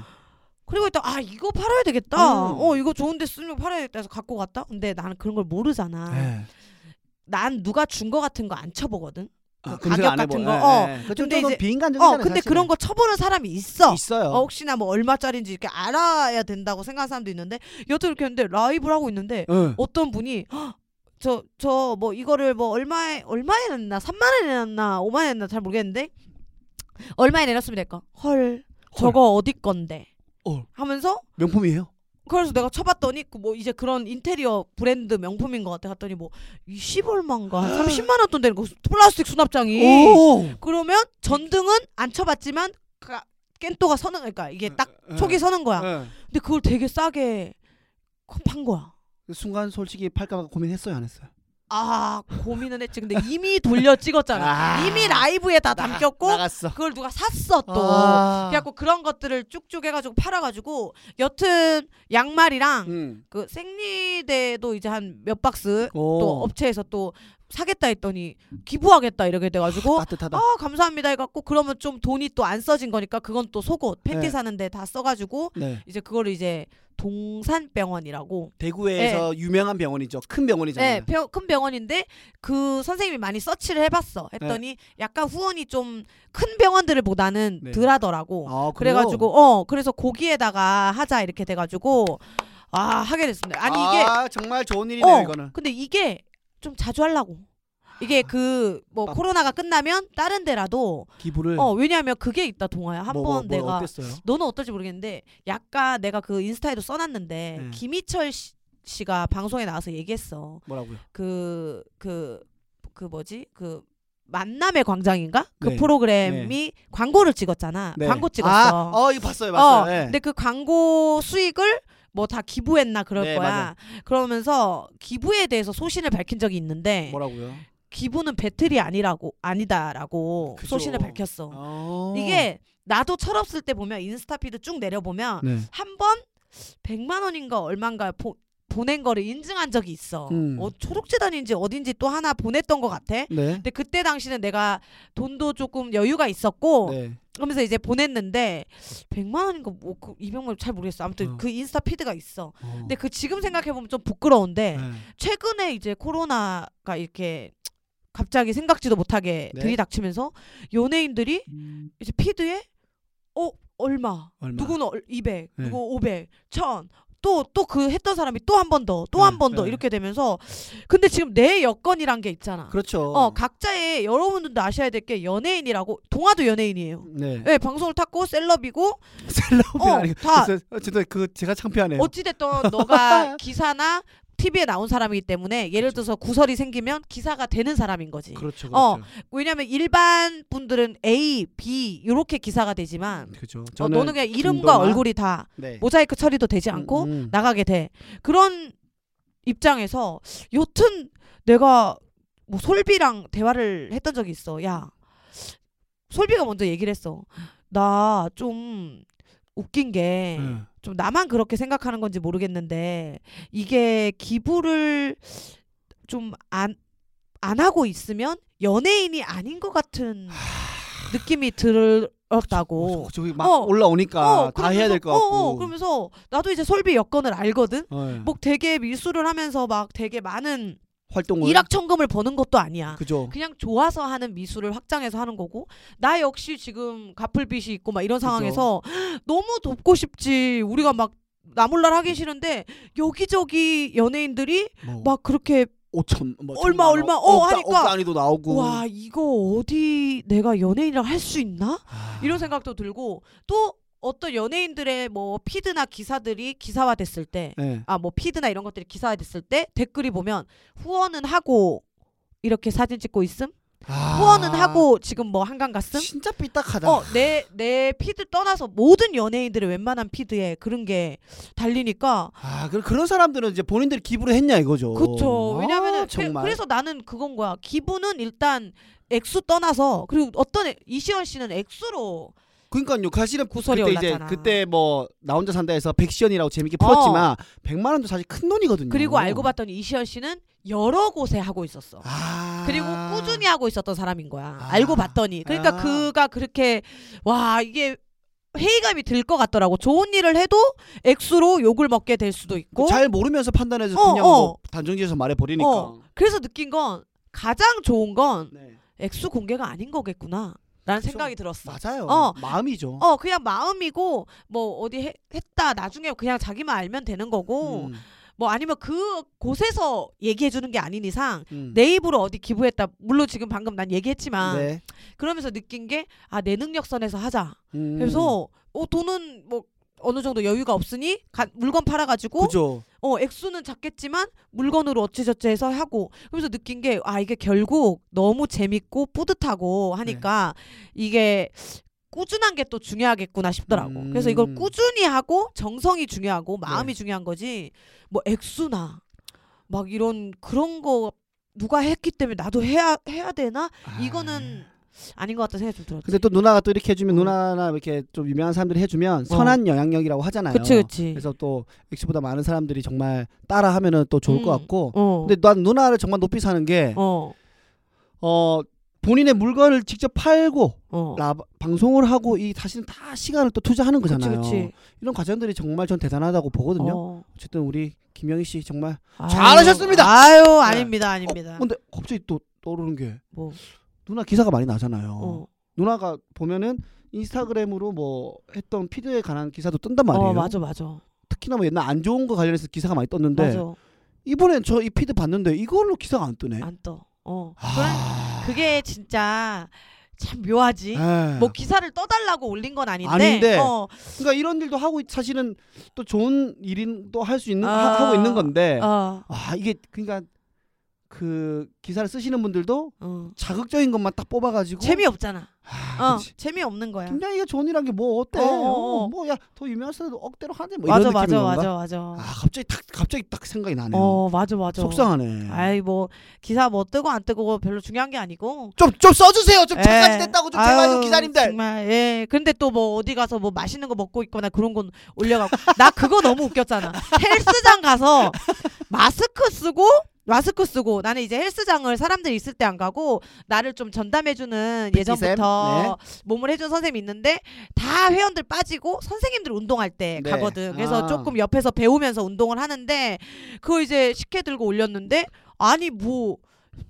Speaker 1: 그리고 일단 아 이거 팔아야 되겠다.
Speaker 2: 음.
Speaker 1: 어 이거 좋은데 쓰면 팔아야겠다 해서 갖고 갔다. 근데 나는 그런 걸 모르잖아.
Speaker 2: 네.
Speaker 1: 난 누가 준 거 같은 거 안 쳐보거든.
Speaker 2: 아,
Speaker 1: 그
Speaker 2: 검색
Speaker 1: 가격
Speaker 2: 안 해보-
Speaker 1: 같은
Speaker 2: 네,
Speaker 1: 거, 어.
Speaker 2: 네. 그좀
Speaker 1: 근데
Speaker 2: 좀
Speaker 1: 이제-
Speaker 2: 비인간적이잖아요.
Speaker 1: 어 근데
Speaker 2: 사실은.
Speaker 1: 그런 거 쳐보는 사람이 있어.
Speaker 2: 있어요.
Speaker 1: 어, 혹시나 뭐 얼마짜리인지 이렇게 알아야 된다고 생각하는 사람도 있는데 여튼 이렇게 했는데 라이브를 하고 있는데
Speaker 2: 네.
Speaker 1: 어떤 분이 저 저 뭐 이거를 뭐 얼마에 얼마에 냈나 3만 원에 냈나 5만 원에 냈나 잘 모르겠는데 얼마에 내놨으면 될까? 헐 저거 어디 건데?
Speaker 2: 헐.
Speaker 1: 하면서
Speaker 2: 명품이에요.
Speaker 1: 그래서 내가 쳐봤더니 그뭐 이제 그런 인테리어 브랜드 명품인 것 같아 갔더니 뭐 20얼마인가 30만 원 돈 되는 거 플라스틱 수납장이
Speaker 2: 오.
Speaker 1: 그러면 전등은 안 쳐봤지만 가- 깬또가 서는 그러니까 이게 딱 촉이 서는 거야
Speaker 2: 네.
Speaker 1: 근데 그걸 되게 싸게 판 거야
Speaker 2: 그 순간 솔직히 팔까 말까 고민했어요, 안 했어요?
Speaker 1: 아 고민은 했지 근데 이미 돌려 찍었잖아
Speaker 2: 아.
Speaker 1: 이미 라이브에 다 담겼고
Speaker 2: 나갔어.
Speaker 1: 그걸 누가 샀어 또
Speaker 2: 아.
Speaker 1: 그래갖고 그런 것들을 쭉쭉 해가지고 팔아가지고 여튼 양말이랑
Speaker 2: 음.
Speaker 1: 그 생리대도 이제 한 몇 박스
Speaker 2: 오.
Speaker 1: 또 업체에서 또 사겠다 했더니 기부하겠다 이렇게 돼가지고
Speaker 2: 따뜻하다.
Speaker 1: 아 감사합니다 해갖고 그러면 좀 돈이 또 안 써진 거니까 그건 또 속옷 팬티
Speaker 2: 네.
Speaker 1: 사는데 다 써가지고
Speaker 2: 네.
Speaker 1: 이제 그거를 이제 동산병원이라고
Speaker 2: 대구에서 유명한 병원이죠. 큰 병원이잖아요.
Speaker 1: 네, 병- 큰 병원인데 그 선생님이 많이 서치를 해봤어
Speaker 2: 네.
Speaker 1: 했더니 약간 후원이 좀 큰 병원들보다는
Speaker 2: 네.
Speaker 1: 덜하더라고
Speaker 2: 아, 그래요?
Speaker 1: 그래가지고 어 그래서 거기에다가 하자 이렇게 돼가지고 아 하게 됐습니다 아니 이게
Speaker 2: 아, 정말 좋은 일이네요,
Speaker 1: 어,
Speaker 2: 이거는.
Speaker 1: 근데 이게 좀 자주 하려고. 이게 그 뭐
Speaker 2: 아.
Speaker 1: 코로나가 끝나면 다른 데라도
Speaker 2: 기부를
Speaker 1: 어 왜냐하면 그게 있다 동아야 한 번
Speaker 2: 뭐, 뭐, 뭐
Speaker 1: 내가
Speaker 2: 어땠어요?
Speaker 1: 너는 어떨지 모르겠는데 약간 내가 그 인스타에도 써놨는데
Speaker 2: 네.
Speaker 1: 김희철 씨, 씨가 방송에 나와서 얘기했어
Speaker 2: 뭐라고요?
Speaker 1: 그 그 그 뭐지 그 만남의 광장인가 그
Speaker 2: 네.
Speaker 1: 프로그램이 광고를 찍었잖아
Speaker 2: 네.
Speaker 1: 광고 찍었어
Speaker 2: 아, 어, 이거 봤어요, 봤어요.
Speaker 1: 어,
Speaker 2: 네.
Speaker 1: 근데 그 광고 수익을 뭐 다 기부했나 그럴
Speaker 2: 네,
Speaker 1: 거야.
Speaker 2: 맞아요.
Speaker 1: 그러면서 기부에 대해서 소신을 밝힌 적이 있는데
Speaker 2: 뭐라고요?
Speaker 1: 기부는 배틀이 아니라고 아니다라고
Speaker 2: 그죠.
Speaker 1: 소신을 밝혔어.
Speaker 2: 어.
Speaker 1: 이게 나도 철없을 때 보면 인스타 피드 쭉 내려보면
Speaker 2: 네.
Speaker 1: 한 번 100만 원인가 얼만가 보, 보낸 거를 인증한 적이 있어.
Speaker 2: 음.
Speaker 1: 어, 초록재단인지 어딘지 또 하나 보냈던 것 같아.
Speaker 2: 네.
Speaker 1: 근데 그때 당시는 내가 돈도 조금 여유가 있었고
Speaker 2: 네.
Speaker 1: 그러면서 이제 보냈는데 100만 원인가 뭐 그, 200만 원잘 모르겠어. 아무튼
Speaker 2: 어.
Speaker 1: 그 인스타 피드가 있어.
Speaker 2: 어.
Speaker 1: 근데 그 지금 생각해 보면 좀 부끄러운데
Speaker 2: 네.
Speaker 1: 최근에 이제 코로나가 이렇게 갑자기 생각지도 못하게
Speaker 2: 네.
Speaker 1: 들이닥치면서 연예인들이 이제 피드에 어 얼마,
Speaker 2: 얼마?
Speaker 1: 누구는 얼- 200,
Speaker 2: 네.
Speaker 1: 누구 500, 1000. 또 또 그 했던 사람이 또 한 번 더, 또 한
Speaker 2: 네,
Speaker 1: 번 더
Speaker 2: 네.
Speaker 1: 이렇게 되면서 근데 지금 내 여건이란 게 있잖아.
Speaker 2: 그렇죠.
Speaker 1: 어, 각자의 여러분들도 아셔야 될 게 연예인이라고 동화도 연예인이에요.
Speaker 2: 네.
Speaker 1: 네, 방송을 탔고 셀럽이고
Speaker 2: 셀럽이
Speaker 1: 어,
Speaker 2: 아니고
Speaker 1: 다-
Speaker 2: 글쎄요. 어쨌든 그 제가 창피하네요.
Speaker 1: 어찌 됐든 너가 기사나 TV에 나온 사람이기 때문에 예를 들어서 구설이 생기면 기사가 되는 사람인 거지.
Speaker 2: 그렇죠. 그렇죠.
Speaker 1: 어, 왜냐면 일반 분들은 A, B 이렇게 기사가 되지만
Speaker 2: 그렇죠.
Speaker 1: 어,
Speaker 2: 저는
Speaker 1: 너는 그냥 이름과
Speaker 2: 김동완.
Speaker 1: 얼굴이 다
Speaker 2: 네.
Speaker 1: 모자이크 처리도 되지 않고
Speaker 2: 음, 음.
Speaker 1: 나가게 돼. 그런 입장에서 여튼 내가 뭐 솔비랑 대화를 했던 적이 있어. 야, 솔비가 먼저 얘기를 했어. 나 좀 웃긴 게
Speaker 2: 응.
Speaker 1: 좀 나만 그렇게 생각하는 건지 모르겠는데 이게 기부를 좀 안 안 하고 있으면 연예인이 아닌 것 같은 느낌이 들었다고.
Speaker 2: 저- 저기 막
Speaker 1: 어.
Speaker 2: 올라오니까 다 해야 될 것
Speaker 1: 그러면서-
Speaker 2: 같고.
Speaker 1: 어, 어, 그러면서 나도 이제 솔비 여건을 알거든.
Speaker 2: 어, 예.
Speaker 1: 뭐 되게 미술을 하면서 막 되게 많은
Speaker 2: 활동을
Speaker 1: 일확천금을 버는 것도 아니야.
Speaker 2: 그죠.
Speaker 1: 그냥 좋아서 하는 미술을 확장해서 하는 거고 나 역시 지금 갚을 빚이 있고 막 이런 상황에서 너무 돕고 싶지 우리가 막 나몰랄 하기 싫은데 여기저기 연예인들이
Speaker 2: 뭐
Speaker 1: 막 그렇게
Speaker 2: 5천 뭐
Speaker 1: 얼마,
Speaker 2: 천만 원,
Speaker 1: 얼마, 어,
Speaker 2: 억다-
Speaker 1: 하니까.
Speaker 2: 억 단위도 나오고.
Speaker 1: 와 이거 어디 내가 연예인이랑 할 수 있나
Speaker 2: 아,
Speaker 1: 이런 생각도 들고 또 어떤 연예인들의 뭐 피드나 기사들이 기사화됐을 때
Speaker 2: 예.
Speaker 1: 아 뭐 피드나 이런 것들이 기사화됐을 때 댓글이 보면 후원은 하고 이렇게 사진 찍고 있음
Speaker 2: 아,
Speaker 1: 후원은 하고 지금 뭐 한강 갔음
Speaker 2: 진짜 삐딱하다.
Speaker 1: 어 내 내 피드 떠나서 모든 연예인들의 웬만한 피드에 그런 게 달리니까
Speaker 2: 아, 그 그런 사람들은 이제 본인들이 기부를 했냐 이거죠.
Speaker 1: 그쵸
Speaker 2: 아,
Speaker 1: 왜냐면은 그래-
Speaker 2: 정말
Speaker 1: 그래서 나는 그건 거야 기부는 일단 액수 떠나서 그리고 어떤 애- 이시연 씨는 액수로
Speaker 2: 그러니까요. 사실은
Speaker 1: 구설이
Speaker 2: 그때
Speaker 1: 올랐잖아.
Speaker 2: 이제 그때 뭐 나 혼자 산다에서 100시연이라고 재밌게 풀었지만 100만 원도 사실 큰 돈이거든요.
Speaker 1: 어. 그리고 알고 봤더니 이시연 씨는 여러 곳에 하고 있었어
Speaker 2: 아.
Speaker 1: 그리고 꾸준히 하고 있었던 사람인 거야.
Speaker 2: 아.
Speaker 1: 알고 봤더니. 그러니까
Speaker 2: 아.
Speaker 1: 그가 그렇게 와 이게 회의감이 들 것 같더라고. 좋은 일을 해도 액수로 욕을 먹게 될 수도 있고.
Speaker 2: 그 잘 모르면서 판단해서
Speaker 1: 어,
Speaker 2: 그냥
Speaker 1: 어.
Speaker 2: 뭐 단정지어서 말해 버리니까.
Speaker 1: 어. 그래서 느낀 건 가장 좋은 건
Speaker 2: 네.
Speaker 1: 액수 공개가 아닌 거겠구나. 라는
Speaker 2: 그쵸.
Speaker 1: 생각이 들었어.
Speaker 2: 맞아요.
Speaker 1: 어.
Speaker 2: 마음이죠.
Speaker 1: 어 그냥 마음이고 뭐 어디 해- 했다 나중에 그냥 자기만 알면 되는 거고
Speaker 2: 음,
Speaker 1: 뭐 아니면 그 곳에서 얘기해 주는 게 아닌 이상
Speaker 2: 음.
Speaker 1: 내 입으로 어디 기부했다 물론 지금 방금 난 얘기했지만
Speaker 2: 네.
Speaker 1: 그러면서 느낀 게 아 내 능력선에서 하자
Speaker 2: 음.
Speaker 1: 그래서 어, 돈은 뭐 어느 정도 여유가 없으니 가- 물건 팔아가지고
Speaker 2: 그죠.
Speaker 1: 어, 액수는 작겠지만 물건으로 어찌저찌 해서 하고 그래서 느낀 게 아 이게 결국 너무 재밌고 뿌듯하고 하니까
Speaker 2: 네.
Speaker 1: 이게 꾸준한 게 또 중요하겠구나 싶더라고
Speaker 2: 음. 네.
Speaker 1: 그래서 이걸 꾸준히 하고 정성이 중요하고 마음이 중요한 거지 뭐 액수나 막 이런 그런 거 누가 했기 때문에 나도 해야 해야 되나 이거는 아닌 것 같다는 생각이 좀 들었지
Speaker 2: 근데 또 누나가 또 이렇게 해주면
Speaker 1: 어.
Speaker 2: 누나나 이렇게 좀 유명한 사람들이 해주면 선한 영향력이라고 하잖아요.
Speaker 1: 그치 그치
Speaker 2: 그래서 또 엑스보다 많은 사람들이 정말 따라 하면은 또 좋을 것
Speaker 1: 음.
Speaker 2: 같고.
Speaker 1: 어.
Speaker 2: 근데 난 누나를 정말 높이 사는 게 어
Speaker 1: 어.
Speaker 2: 본인의 물건을 직접 팔고
Speaker 1: 어.
Speaker 2: 라, 방송을 하고 이 사실은 다 시간을 또 투자하는 거잖아요.
Speaker 1: 그치,
Speaker 2: 이런 과정들이 정말 전 대단하다고
Speaker 1: 그치.
Speaker 2: 보거든요.
Speaker 1: 어.
Speaker 2: 어쨌든 우리 김영희 씨 정말
Speaker 1: 아유,
Speaker 2: 잘하셨습니다. 네.
Speaker 1: 아유, 아닙니다, 아닙니다.
Speaker 2: 어, 근데 갑자기 또 떠오르는 게
Speaker 1: 뭐,
Speaker 2: 누나 기사가 많이 나잖아요.
Speaker 1: 어.
Speaker 2: 누나가 보면은 인스타그램으로 뭐 했던 피드에 관한 기사도 뜬단 말이에요.
Speaker 1: 어, 맞아, 맞아.
Speaker 2: 특히나 뭐 옛날 안 좋은 거 관련해서 기사가 많이 떴는데
Speaker 1: 맞아.
Speaker 2: 이번엔 저 이 피드 봤는데 이걸로 기사가 안 뜨네.
Speaker 1: 안 떠. 어.
Speaker 2: 아.
Speaker 1: 그런, 그게 진짜 참 묘하지.
Speaker 2: 에.
Speaker 1: 뭐 기사를 떠달라고 올린 건 아닌데,
Speaker 2: 아. 아닌데.
Speaker 1: 어,
Speaker 2: 예. 그러니까 이런 일도 하고 있- 사실은 또 좋은 일인 또 할 수 있는
Speaker 1: 아.
Speaker 2: 하, 고 있는 건데
Speaker 1: 어,
Speaker 2: 아 이게 그러니까 그 기사를 쓰시는 분들도
Speaker 1: 어.
Speaker 2: 자극적인 것만 딱 뽑아가지고
Speaker 1: 재미없잖아.
Speaker 2: 아,
Speaker 1: 어,
Speaker 2: 그치.
Speaker 1: 재미없는 거야.
Speaker 2: 김장이가 존이란 게 뭐 어때?
Speaker 1: 어, 어, 어.
Speaker 2: 뭐야 더 유명한 사람도 억대로 하지 뭐
Speaker 1: 맞아,
Speaker 2: 이런
Speaker 1: 맞아,
Speaker 2: 느낌인
Speaker 1: 맞아,
Speaker 2: 건가?
Speaker 1: 맞아,
Speaker 2: 아 갑자기 딱 갑자기 딱 생각이 나네요.
Speaker 1: 어, 맞아, 맞아.
Speaker 2: 속상하네.
Speaker 1: 아이, 뭐, 기사 뭐 뜨고 안 뜨고 별로 중요한 게 아니고,
Speaker 2: 좀 좀 써주세요. 좀
Speaker 1: 예.
Speaker 2: 착하지 됐다고 좀 제발 좀
Speaker 1: 아유,
Speaker 2: 기사님들.
Speaker 1: 정말 예. 근데 또 뭐 어디 가서 뭐 맛있는 거 먹고 있거나 그런 건 올려갖고 나 그거 너무 웃겼잖아. 헬스장 가서 마스크 쓰고 마스크 쓰고 나는 이제 헬스장을 사람들이 있을 때 안 가고 나를 좀 전담해주는
Speaker 2: PT
Speaker 1: 예전부터
Speaker 2: 네.
Speaker 1: 몸을 해준 선생님이 있는데 다 회원들 빠지고 선생님들 운동할 때
Speaker 2: 네.
Speaker 1: 가거든. 그래서
Speaker 2: 아.
Speaker 1: 조금 옆에서 배우면서 운동을 하는데 그거 이제 식혜 들고 올렸는데 아니 뭐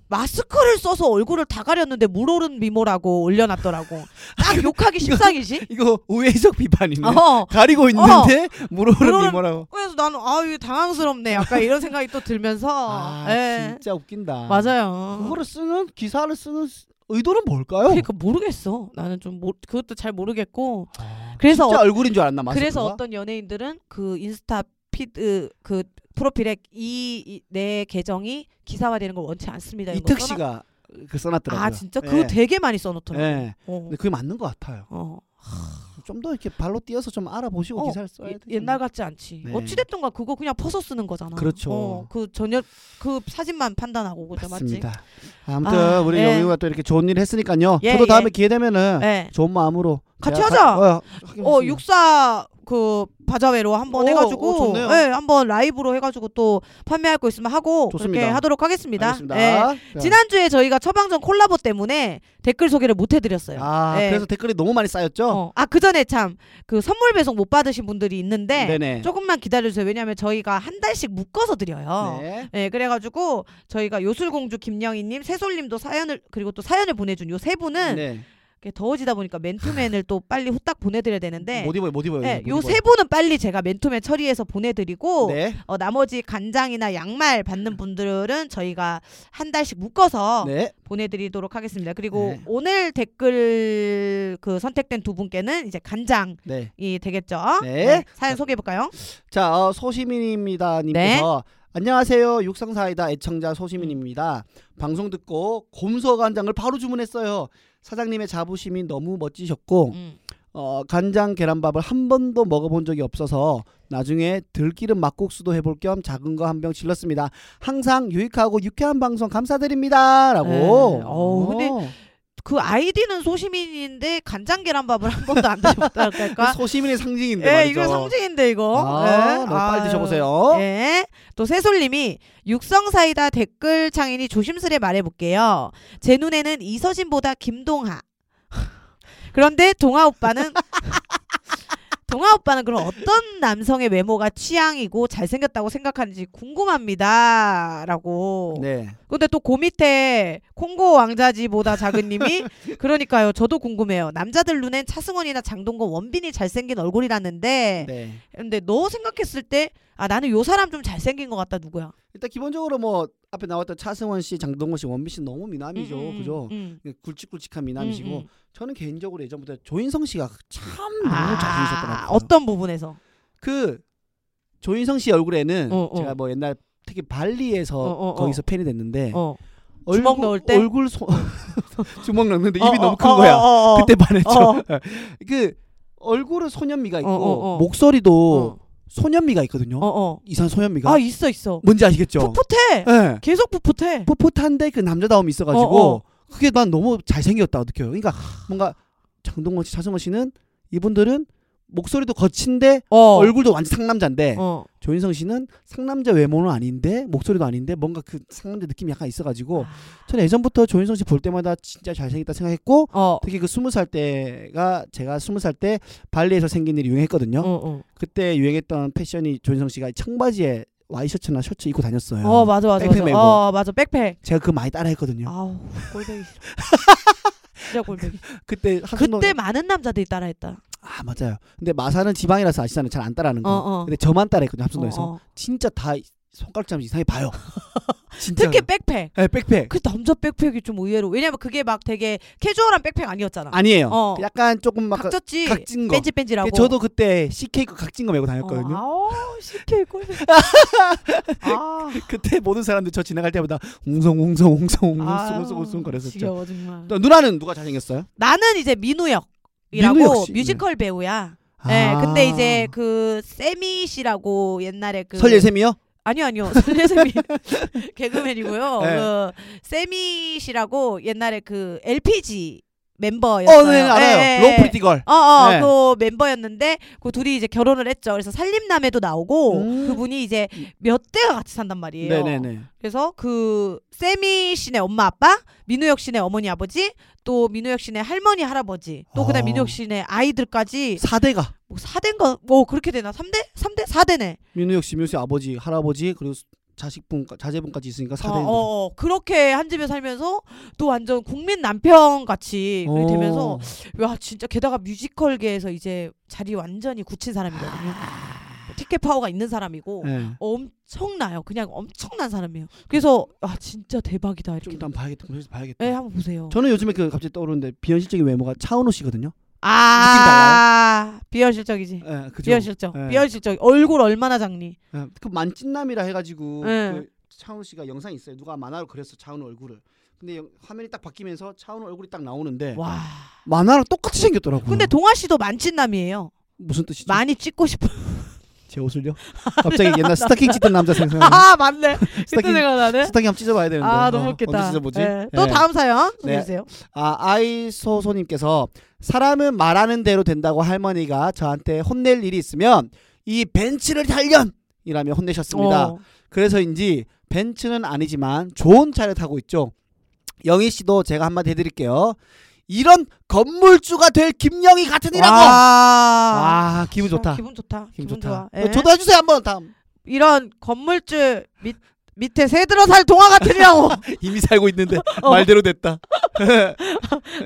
Speaker 1: 마스크를 써서 얼굴을 다 가렸는데 물오른 미모라고 올려놨더라고. 딱 욕하기 십상이지.
Speaker 2: 이거 우회적 비판이네.
Speaker 1: 어.
Speaker 2: 가리고 있는데 물어보는
Speaker 1: 물어보는-
Speaker 2: 미모라고.
Speaker 1: 그래서 나는 아유 당황스럽네. 약간 이런 생각이 또 들면서.
Speaker 2: 아
Speaker 1: 예.
Speaker 2: 진짜 웃긴다.
Speaker 1: 맞아요.
Speaker 2: 그거를 쓰는 기사를 쓰는 스- 의도는 뭘까요?
Speaker 1: 그러니까 모르겠어. 나는 좀 모, 그것도 잘 모르겠고.
Speaker 2: 아,
Speaker 1: 그래서
Speaker 2: 진짜
Speaker 1: 어,
Speaker 2: 얼굴인 줄 알았나 마스크가?
Speaker 1: 그래서 어떤 연예인들은 그 인스타 피드 그 프로필에 이내 계정이 기사화되는 걸 원치 않습니다. 이런 거
Speaker 2: 이특
Speaker 1: 써놔-
Speaker 2: 씨가 그 써놨더라고요.
Speaker 1: 아 진짜 그거
Speaker 2: 예.
Speaker 1: 되게 많이 써놓더라고.
Speaker 2: 예.
Speaker 1: 어.
Speaker 2: 근데 그게 맞는 것 같아요.
Speaker 1: 어.
Speaker 2: 좀 더 이렇게 발로 뛰어서 좀 알아보시고
Speaker 1: 어,
Speaker 2: 기사를 써야
Speaker 1: 예-
Speaker 2: 되죠.
Speaker 1: 옛날 같지 않지.
Speaker 2: 네.
Speaker 1: 어찌됐든가 그거 그냥 퍼서 쓰는 거잖아.
Speaker 2: 그렇죠.
Speaker 1: 어, 그 전혀 그 사진만 판단하고 그죠 맞지?
Speaker 2: 맞습니다. 아무튼
Speaker 1: 아,
Speaker 2: 우리
Speaker 1: 예.
Speaker 2: 영희가 또 이렇게 좋은 일 했으니까요.
Speaker 1: 예,
Speaker 2: 저도
Speaker 1: 예.
Speaker 2: 다음에 기회 되면은
Speaker 1: 네.
Speaker 2: 좋은 마음으로
Speaker 1: 같이
Speaker 2: 제가
Speaker 1: 하자.
Speaker 2: 가- 어,
Speaker 1: 어 육사 그 바자회로 한번
Speaker 2: 오, 오,
Speaker 1: 해가지고
Speaker 2: 좋네요.
Speaker 1: 네, 한번 라이브로 해가지고 또 판매할 거 있으면 하고
Speaker 2: 좋습니다.
Speaker 1: 그렇게 하도록 하겠습니다.
Speaker 2: 알겠습니다.
Speaker 1: 예.
Speaker 2: 자.
Speaker 1: 지난주에 저희가 처방전 콜라보 때문에 댓글 소개를 못 해드렸어요.
Speaker 2: 아
Speaker 1: 예.
Speaker 2: 그래서 댓글이 너무 많이 쌓였죠.
Speaker 1: 어. 아, 그 전에 참 그 선물 배송 못 받으신 분들이 있는데
Speaker 2: 네네.
Speaker 1: 조금만 기다려주세요. 왜냐하면 저희가 한 달씩 묶어서 드려요. 네.
Speaker 2: 네.
Speaker 1: 그래가지고 저희가 요술공주 김영희님, 새솔님도 사연을 그리고 또 사연을 보내준 요 세 분은
Speaker 2: 네.
Speaker 1: 이렇게 더워지다 보니까 맨투맨을 또 빨리 후딱 보내드려야 되는데
Speaker 2: 못 입어요, 못 입어요.
Speaker 1: 네,
Speaker 2: 못
Speaker 1: 요세
Speaker 2: 입어요.
Speaker 1: 분은 빨리 제가 맨투맨 처리해서 보내드리고
Speaker 2: 네.
Speaker 1: 어, 나머지 간장이나 양말 받는 분들은 저희가 한 달씩 묶어서
Speaker 2: 네.
Speaker 1: 보내드리도록 하겠습니다. 그리고
Speaker 2: 네.
Speaker 1: 오늘 댓글 그 선택된 두 분께는 이제 간장이
Speaker 2: 네.
Speaker 1: 되겠죠.
Speaker 2: 네.
Speaker 1: 사연 소개해 볼까요?
Speaker 2: 자, 어, 소시민입니다 님께서
Speaker 1: 네.
Speaker 2: 안녕하세요. 육상사이다 애청자 소시민입니다.
Speaker 1: 음.
Speaker 2: 방송 듣고 곰소 간장을 바로 주문했어요. 사장님의 자부심이 너무 멋지셨고
Speaker 1: 음.
Speaker 2: 어, 간장 계란밥을 한 번도 먹어본 적이 없어서 나중에 들기름 막국수도 해볼 겸 작은 거 한 병 질렀습니다. 항상 유익하고 유쾌한 방송 감사드립니다라고.
Speaker 1: 네. 어우, 근데
Speaker 2: 어.
Speaker 1: 그 아이디는 소시민인데 간장 계란밥을 한 번도 안 드셔봤다 할까?
Speaker 2: 소시민의 상징인데
Speaker 1: 예,
Speaker 2: 말이죠.
Speaker 1: 이거 상징인데 이거.
Speaker 2: 아,
Speaker 1: 예.
Speaker 2: 네, 빨리
Speaker 1: 아유.
Speaker 2: 드셔보세요.
Speaker 1: 예. 또 새솔님이 육성사이다 댓글 창인이 조심스레 말해볼게요. 제 눈에는 이서진보다 김동하. 그런데 동하 오빠는 동하 오빠는 그럼 어떤 남성의 외모가 취향이고 잘생겼다고 생각하는지 궁금합니다라고.
Speaker 2: 네.
Speaker 1: 근데 또 그 밑에 콩고 왕자지보다 작은 님이 그러니까요. 저도 궁금해요. 남자들 눈엔 차승원이나 장동건 원빈이 잘생긴 얼굴이라는데
Speaker 2: 네.
Speaker 1: 근데 너 생각했을 때 아 나는 요 사람 좀 잘생긴 것 같다 누구야?
Speaker 2: 일단 기본적으로 뭐 앞에 나왔던 차승원 씨, 장동건 씨, 원빈 씨 너무 미남이죠.
Speaker 1: 음, 음,
Speaker 2: 그죠? 네,
Speaker 1: 음, 음,
Speaker 2: 굵직굵직한 미남이시고
Speaker 1: 음.
Speaker 2: 저는 개인적으로 예전부터 조인성 씨가 참 너무
Speaker 1: 아,
Speaker 2: 잘생기셨더라고요.
Speaker 1: 어떤 부분에서?
Speaker 2: 그 조인성 씨 얼굴에는
Speaker 1: 어, 어.
Speaker 2: 제가 뭐 옛날 특히 발리에서
Speaker 1: 어, 어, 어.
Speaker 2: 거기서 팬이 됐는데
Speaker 1: 어.
Speaker 2: 얼굴,
Speaker 1: 주먹 넣을 때?
Speaker 2: 얼굴 소... 주먹 넣는데 입이
Speaker 1: 어,
Speaker 2: 너무
Speaker 1: 어,
Speaker 2: 큰
Speaker 1: 어,
Speaker 2: 거야.
Speaker 1: 어, 어, 어.
Speaker 2: 그때 반했죠.
Speaker 1: 어.
Speaker 2: 그 얼굴은 소년미가 있고
Speaker 1: 어, 어, 어.
Speaker 2: 목소리도
Speaker 1: 어,
Speaker 2: 소년미가 있거든요.
Speaker 1: 어, 어.
Speaker 2: 이상 소년미가
Speaker 1: 아 있어 있어.
Speaker 2: 뭔지 아시겠죠?
Speaker 1: 풋풋해.
Speaker 2: 예.
Speaker 1: 계속 풋풋해.
Speaker 2: 풋풋한데 그 남자다움이 있어가지고
Speaker 1: 어, 어.
Speaker 2: 그게 난 너무 잘생겼다고 느껴요. 그러니까 뭔가 장동건 씨, 차승원 씨는 이분들은 목소리도 거친데
Speaker 1: 어.
Speaker 2: 얼굴도 완전 상남자인데
Speaker 1: 어.
Speaker 2: 조인성 씨는 상남자 외모는 아닌데 목소리도 아닌데 뭔가 그 상남자 느낌이 약간 있어가지고
Speaker 1: 아.
Speaker 2: 저는 예전부터 조인성 씨 볼 때마다 진짜 잘생겼다 생각했고
Speaker 1: 어.
Speaker 2: 특히 그 스무 살 때가 제가 스무 살 때 발리에서 생긴 일이 유행했거든요.
Speaker 1: 어, 어.
Speaker 2: 그때 유행했던 패션이 조인성 씨가 청바지에 와이셔츠나 셔츠 입고 다녔어요.
Speaker 1: 어 맞아 맞아
Speaker 2: 네. 백팩
Speaker 1: 맞아.
Speaker 2: 메고. 네.
Speaker 1: 어 맞아 백팩.
Speaker 2: 제가 그거 많이 따라했거든요.
Speaker 1: 아우 꼴배기 싫어. 진짜 꼴배기.
Speaker 2: 그때 한순간
Speaker 1: 그때 많은 남자들이 따라했다.
Speaker 2: 아 맞아요. 근데 마사는 지방이라서 아시잖아요. 잘 안 따라하는 거.
Speaker 1: 어, 어.
Speaker 2: 근데 저만 따라했거든요. 합성도에서
Speaker 1: 어, 어.
Speaker 2: 진짜 다 손가락 잡으면 이상해 봐요. 진짜.
Speaker 1: 특히 백팩.
Speaker 2: 네, 백팩
Speaker 1: 그 남자 백팩이 좀 의외로 왜냐면 그게 막 되게 캐주얼한 백팩 아니었잖아.
Speaker 2: 아니에요. 그
Speaker 1: 어.
Speaker 2: 약간 조금 막
Speaker 1: 각졌지.
Speaker 2: 각진 거. 예,
Speaker 1: 뺀질뺀질하고.
Speaker 2: 저도 그때 CK 그 각진 거 메고 다녔거든요.
Speaker 1: 어, 아우 시켜 이거. 아,
Speaker 2: 그때 모든 사람들 저 지나갈 때마다 웅성 웅성 웅성 웅성
Speaker 1: 아유,
Speaker 2: 웅성 웅성 거렸었죠.
Speaker 1: 지겨워 정말.
Speaker 2: 음, 또 누나는 누가 잘생겼어요?
Speaker 1: 나는 이제 민우역이라고
Speaker 2: 민우 역시,
Speaker 1: 뮤지컬 배우야. 네,
Speaker 2: 아.
Speaker 1: 근데 이제 그 세미 씨라고 옛날에 그
Speaker 2: 설예샘이요?
Speaker 1: 아니요 아니요 설예세미 개그맨이고요.
Speaker 2: 네.
Speaker 1: 그 세미 씨라고 옛날에 그 LPG 멤버였어요.
Speaker 2: 어, 네, 알아요.
Speaker 1: 예, 예,
Speaker 2: 로우
Speaker 1: 예.
Speaker 2: 프리티걸.
Speaker 1: 어어
Speaker 2: 네.
Speaker 1: 그 멤버였는데 그 둘이 이제 결혼을 했죠. 그래서 살림남에도 나오고
Speaker 2: 음.
Speaker 1: 그분이 이제 몇 대가 같이 산단 말이에요.
Speaker 2: 네네네.
Speaker 1: 그래서 그 세미 씨네 엄마 아빠, 민우혁 씨네 어머니 아버지, 또 민우혁 씨네 할머니 할아버지, 또
Speaker 2: 어.
Speaker 1: 그다음 민우혁 씨네 아이들까지
Speaker 2: 사대가
Speaker 1: 뭐 4대인가 뭐 그렇게 되나? 3대? 3대? 4대네.
Speaker 2: 민우혁 씨, 민우 씨 아버지, 할아버지 그리고 자식분, 자제분까지 있으니까
Speaker 1: 어,
Speaker 2: 사대.
Speaker 1: 어, 어. 그렇게 한 집에 살면서 또 완전 국민 남편 같이 예, 그렇게
Speaker 2: 어,
Speaker 1: 되면서 와 진짜 게다가 뮤지컬계에서 이제 자리 완전히 굳힌 사람이거든요. 티켓 파워가 있는 사람이고
Speaker 2: 아. 네.
Speaker 1: 엄청나요. 그냥 엄청난 사람이에요. 그래서 아 진짜 대박이다
Speaker 2: 좀
Speaker 1: 이렇게.
Speaker 2: 일단 봐야겠다. 그래서 봐야겠다.
Speaker 1: 네 한번 보세요.
Speaker 2: 저는 요즘에 그 갑자기 떠오르는데 비현실적인 외모가 차은우 씨거든요.
Speaker 1: 아 비현실적이지.
Speaker 2: 예, 그죠.
Speaker 1: 비현실적.
Speaker 2: 네.
Speaker 1: 비현실적. 얼굴 얼마나 작니?
Speaker 2: 예, 그 만찢남이라 해가지고
Speaker 1: 네.
Speaker 2: 그 차은우 씨가 영상이 있어요. 누가 만화로 그렸어 차은우 얼굴을. 근데 영- 화면이 딱 바뀌면서 차은우 얼굴이 딱 나오는데
Speaker 1: 와.
Speaker 2: 만화랑 똑같이 생겼더라고.
Speaker 1: 근데 동아 씨도 만찢남이에요.
Speaker 2: 무슨 뜻이죠?
Speaker 1: 많이 찍고 싶어.
Speaker 2: 제 옷을요? 갑자기 옛날 스타킹 찢던 남자 생각나.
Speaker 1: 아 맞네. 그때
Speaker 2: 스타킹-
Speaker 1: 생각나네.
Speaker 2: 스타킹 한번 찢어봐야 되는데.
Speaker 1: 아 너무
Speaker 2: 어,
Speaker 1: 웃겠다.
Speaker 2: 언제 찢어보지?
Speaker 1: 예. 또
Speaker 2: 예.
Speaker 1: 다음 사연
Speaker 2: 네.
Speaker 1: 보세요.
Speaker 2: 아, 아이소소님께서 사람은 말하는 대로 된다고 할머니가 저한테 혼낼 일이 있으면 이 벤츠를 달련! 이라며
Speaker 1: 어.
Speaker 2: 혼내셨습니다. 그래서인지 벤츠는 아니지만 좋은 차를 타고 있죠. 영희 씨도 제가 한마디 해드릴게요. 이런 건물주가 될 김영희 같으니라고! 와,
Speaker 1: 와.
Speaker 2: 기분 좋다. 기분,
Speaker 1: 기분 좋다.
Speaker 2: 좋다. 어,
Speaker 1: 좋아. 예.
Speaker 2: 저도 해주세요, 한번 다음.
Speaker 1: 이런 건물주 밑 밑에 새들어 살 동화 같으리라고.
Speaker 2: 이미 살고 있는데
Speaker 1: 어.
Speaker 2: 말대로 됐다.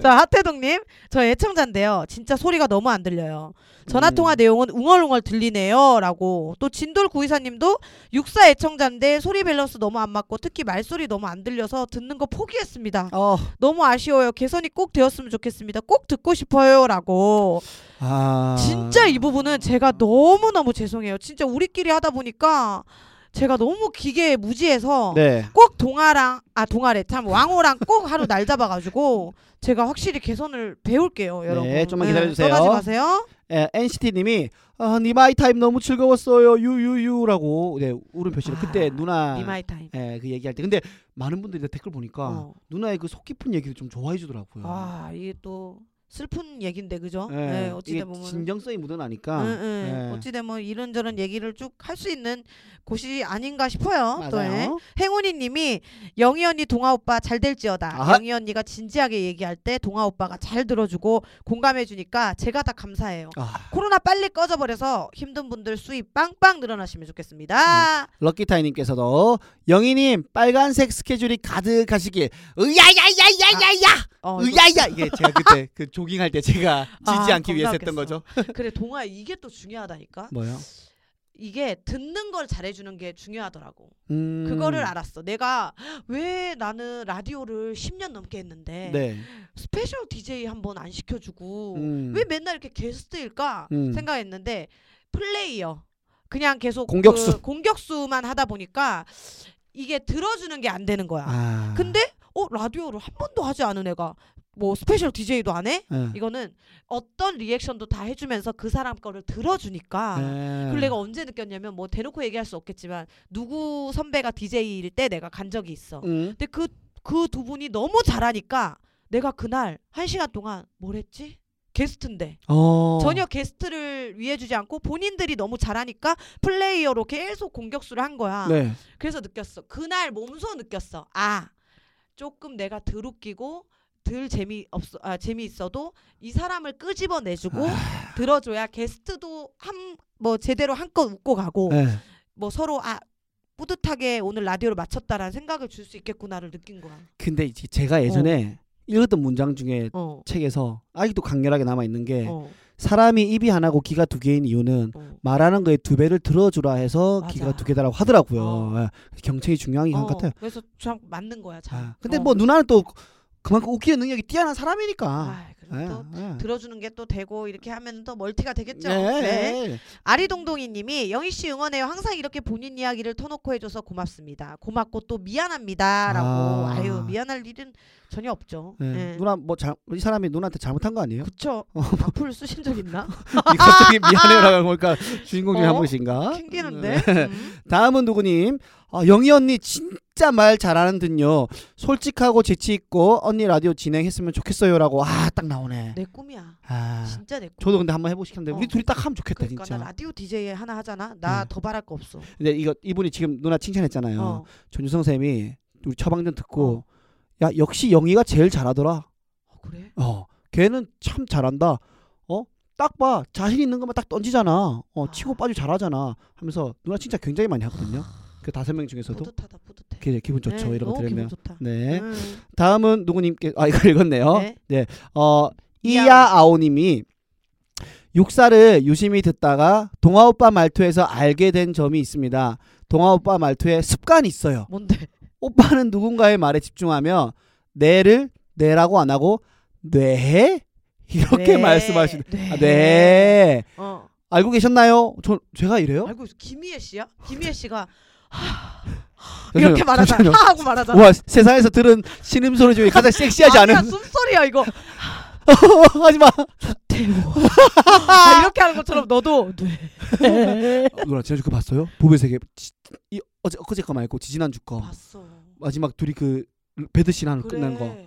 Speaker 1: 자 하태동님 저 애청자인데요. 진짜 소리가 너무 안 들려요. 전화
Speaker 2: 음.
Speaker 1: 통화 내용은 웅얼웅얼 들리네요라고 또 진돌 구이사님도 육사 애청자인데 소리 밸런스 너무 안 맞고 특히 말소리 너무 안 들려서 듣는 거 포기했습니다.
Speaker 2: 어.
Speaker 1: 너무 아쉬워요. 개선이 꼭 되었으면 좋겠습니다. 꼭 듣고 싶어요라고.
Speaker 2: 아.
Speaker 1: 진짜 이 부분은 제가 너무 너무 죄송해요. 진짜 우리끼리 하다 보니까 제가 너무 기계에 무지해서
Speaker 2: 네.
Speaker 1: 꼭 동아랑 아 동아래 참 왕호랑 꼭 하루 날 잡아가지고 제가 확실히 개선을 배울게요, 여러분.
Speaker 2: 네, 좀만 기다려주세요.
Speaker 1: 떠나지 마세요.
Speaker 2: 에, NCT님이 예, 아, 니마이 타임 너무 즐거웠어요 유유유라고 네 울음 표시를
Speaker 1: 아,
Speaker 2: 그때 누나
Speaker 1: 이마이 타임.
Speaker 2: 에, 그 얘기할 때 근데 많은 분들이 댓글 보니까
Speaker 1: 어.
Speaker 2: 누나의 그 속 깊은 얘기도 좀 좋아해 주더라고요.
Speaker 1: 아 이게 또 슬픈 얘긴데 그죠?
Speaker 2: 예,
Speaker 1: 네, 어찌되
Speaker 2: 이게
Speaker 1: 보면.
Speaker 2: 진정성이 묻어나니까
Speaker 1: 응, 응.
Speaker 2: 예.
Speaker 1: 어찌되 뭐 이런저런 얘기를 쭉 할 수 있는 곳이 아닌가 싶어요. 또 예.
Speaker 2: 맞아요.
Speaker 1: 행운이님이 영희 언니 동아 오빠 잘 될지어다.
Speaker 2: 아하.
Speaker 1: 영희 언니가 진지하게 얘기할 때 동아 오빠가 잘 들어주고 공감해주니까 제가 다 감사해요.
Speaker 2: 아,
Speaker 1: 코로나 빨리 꺼져버려서 힘든 분들 수입 빵빵 늘어나시면
Speaker 2: 음.
Speaker 1: 좋겠습니다.
Speaker 2: 럭키타이님께서도 영희님 빨간색 스케줄이 가득하시길 으야야야야야야
Speaker 1: 어, 이거-
Speaker 2: 으야야 이게 제가 그때 그 조깅할 때 제가 지지
Speaker 1: 아,
Speaker 2: 않기 위해서 했던
Speaker 1: 겁나
Speaker 2: 거죠
Speaker 1: 그래 동아 이게 또 중요하다니까.
Speaker 2: 뭐요?
Speaker 1: 이게 듣는 걸 잘해주는 게 중요하더라고.
Speaker 2: 음,
Speaker 1: 그거를 알았어. 내가 왜 나는 라디오를 10년 넘게 했는데
Speaker 2: 네.
Speaker 1: 스페셜 DJ 한 번 안 시켜주고
Speaker 2: 음.
Speaker 1: 어, 왜 맨날 이렇게 게스트일까
Speaker 2: 음.
Speaker 1: 생각했는데 플레이어 그냥 계속
Speaker 2: 공격수.
Speaker 1: 그 공격수만 하다 보니까 이게 들어주는 게 안 되는 거야.
Speaker 2: 아.
Speaker 1: 근데 어 라디오를 한 번도 하지 않은 애가 뭐 스페셜 DJ도 안 해?
Speaker 2: 예.
Speaker 1: 이거는 어떤 리액션도 다 해주면서 그 사람 거를 들어주니까.
Speaker 2: 예.
Speaker 1: 그걸 내가 언제 느꼈냐면 뭐 대놓고 얘기할 수 없겠지만 누구 선배가 DJ일 때 내가 간 적이 있어.
Speaker 2: 음.
Speaker 1: 근데 그 그 두 분이 너무 잘하니까 내가 그날 한 시간 동안 뭘 했지? 게스트인데
Speaker 2: 어.
Speaker 1: 전혀 게스트를 위해 주지 않고 본인들이 너무 잘하니까 플레이어로 계속 공격수를 한 거야.
Speaker 2: 네.
Speaker 1: 그래서 느꼈어. 그날 몸소 느꼈어. 아 조금 내가 덜 웃기고 덜 재미 없어 아, 재미 있어도 이 사람을 끄집어 내주고
Speaker 2: 아.
Speaker 1: 들어줘야 게스트도 한 뭐 제대로 한껏 웃고 가고
Speaker 2: 네.
Speaker 1: 뭐 서로 아 뿌듯하게 오늘 라디오를 마쳤다라는 생각을 줄 수 있겠구나를 느낀 거야.
Speaker 2: 근데 이제 제가 예전에 읽었던 문장 중에
Speaker 1: 어.
Speaker 2: 책에서 아직도 강렬하게 남아 있는 게
Speaker 1: 어,
Speaker 2: 사람이 입이 하나고 귀가 두 개인 이유는
Speaker 1: 어.
Speaker 2: 말하는 거에 두 배를 들어주라 해서
Speaker 1: 맞아.
Speaker 2: 귀가 두 개다라고 하더라고요.
Speaker 1: 어.
Speaker 2: 예. 경청이 중요한 게
Speaker 1: 어,
Speaker 2: 같아요.
Speaker 1: 그래서 참 맞는 거야. 참.
Speaker 2: 아, 근데
Speaker 1: 어.
Speaker 2: 뭐 누나는 또 그만큼 웃기는 능력이 뛰어난 사람이니까.
Speaker 1: 아, 그럼
Speaker 2: 예,
Speaker 1: 또
Speaker 2: 예.
Speaker 1: 들어주는 게 또 되고 이렇게 하면 또 멀티가 되겠죠.
Speaker 2: 예,
Speaker 1: 네.
Speaker 2: 예.
Speaker 1: 아리동동이님이 영희 씨 응원해요. 항상 이렇게 본인 이야기를 터놓고 해줘서 고맙습니다. 고맙고 또 미안합니다라고.
Speaker 2: 아.
Speaker 1: 아. 유 미안할 일은 전혀 없죠.
Speaker 2: 예.
Speaker 1: 예.
Speaker 2: 누나 뭐이 사람이 누나한테 잘못한 거 아니에요?
Speaker 1: 그쵸. 악플 쓰신 적 있나?
Speaker 2: 이 갑자기 미안해요라고 하니까 주인공 중에 한
Speaker 1: 어?
Speaker 2: 분이신가?
Speaker 1: 튕기는데.
Speaker 2: 네.
Speaker 1: 음.
Speaker 2: 다음은 누구님? 아, 영희 언니 진짜 말 잘하는 듯요. 솔직하고 재치 있고 언니 라디오 진행했으면 좋겠어요라고 아 딱 나오네.
Speaker 1: 내 꿈이야.
Speaker 2: 아
Speaker 1: 진짜 내 꿈.
Speaker 2: 저도 근데 한번 해보고 싶은데 우리
Speaker 1: 어.
Speaker 2: 둘이 딱 하면 좋겠다
Speaker 1: 그러니까 나
Speaker 2: 진짜.
Speaker 1: 라디오 DJ 하나 하잖아. 나
Speaker 2: 네.
Speaker 1: 더 바랄 거 없어.
Speaker 2: 근데 이거 이분이 지금 누나 칭찬했잖아요.
Speaker 1: 어.
Speaker 2: 전유성 쌤이 우리 처방전 듣고 야 역시 영희가 제일 잘하더라.
Speaker 1: 어, 그래?
Speaker 2: 어 걔는 참 잘한다. 어? 딱 봐. 자신 있는 것만 딱 던지잖아. 어, 치고
Speaker 1: 아.
Speaker 2: 빠지고 잘하잖아. 하면서 누나 진짜 굉장히 많이 하거든요. 그 다섯 명 중에서도
Speaker 1: 뿌듯하다 뿌듯해.
Speaker 2: 기- 기분 좋죠.
Speaker 1: 아. 네,
Speaker 2: 이런 거
Speaker 1: 너무 기분
Speaker 2: 들으면.
Speaker 1: 좋다.
Speaker 2: 네.
Speaker 1: 음.
Speaker 2: 다음은 누구님께 아 이거 읽었네요.
Speaker 1: 네.
Speaker 2: 어
Speaker 1: 이야.
Speaker 2: 이야아오님이 육사를 유심히 듣다가 동아 오빠 말투에서 알게 된 점이 있습니다. 동아 오빠 말투에 습관이 있어요.
Speaker 1: 뭔데?
Speaker 2: 오빠는 누군가의 말에 집중하며 내를 내라고 안 하고 뇌 이렇게 말씀하시는.
Speaker 1: 네.
Speaker 2: 아, 네.
Speaker 1: 어.
Speaker 2: 알고 계셨나요? 저 제가 이래요?
Speaker 1: 알고 있어. 김희애 씨야? 김희애 씨가 하,
Speaker 2: 네.
Speaker 1: 이렇게 말하자.
Speaker 2: 잠시만요.
Speaker 1: 하 하고 말하자.
Speaker 2: 와 세상에서 들은 신음 소리 중에 가장 섹시하지 않은
Speaker 1: 아니야 숨소리야 이거.
Speaker 2: 하지마
Speaker 1: 대호. 아, 이렇게 하는 것처럼 너도 네.
Speaker 2: 누나 지난주 그 봤어요? 부부의 세계 지- 이 어제 어제 거 말고 지난주 거
Speaker 1: 봤어.
Speaker 2: 마지막 둘이 그 배드신 하나 끝난
Speaker 1: 그래.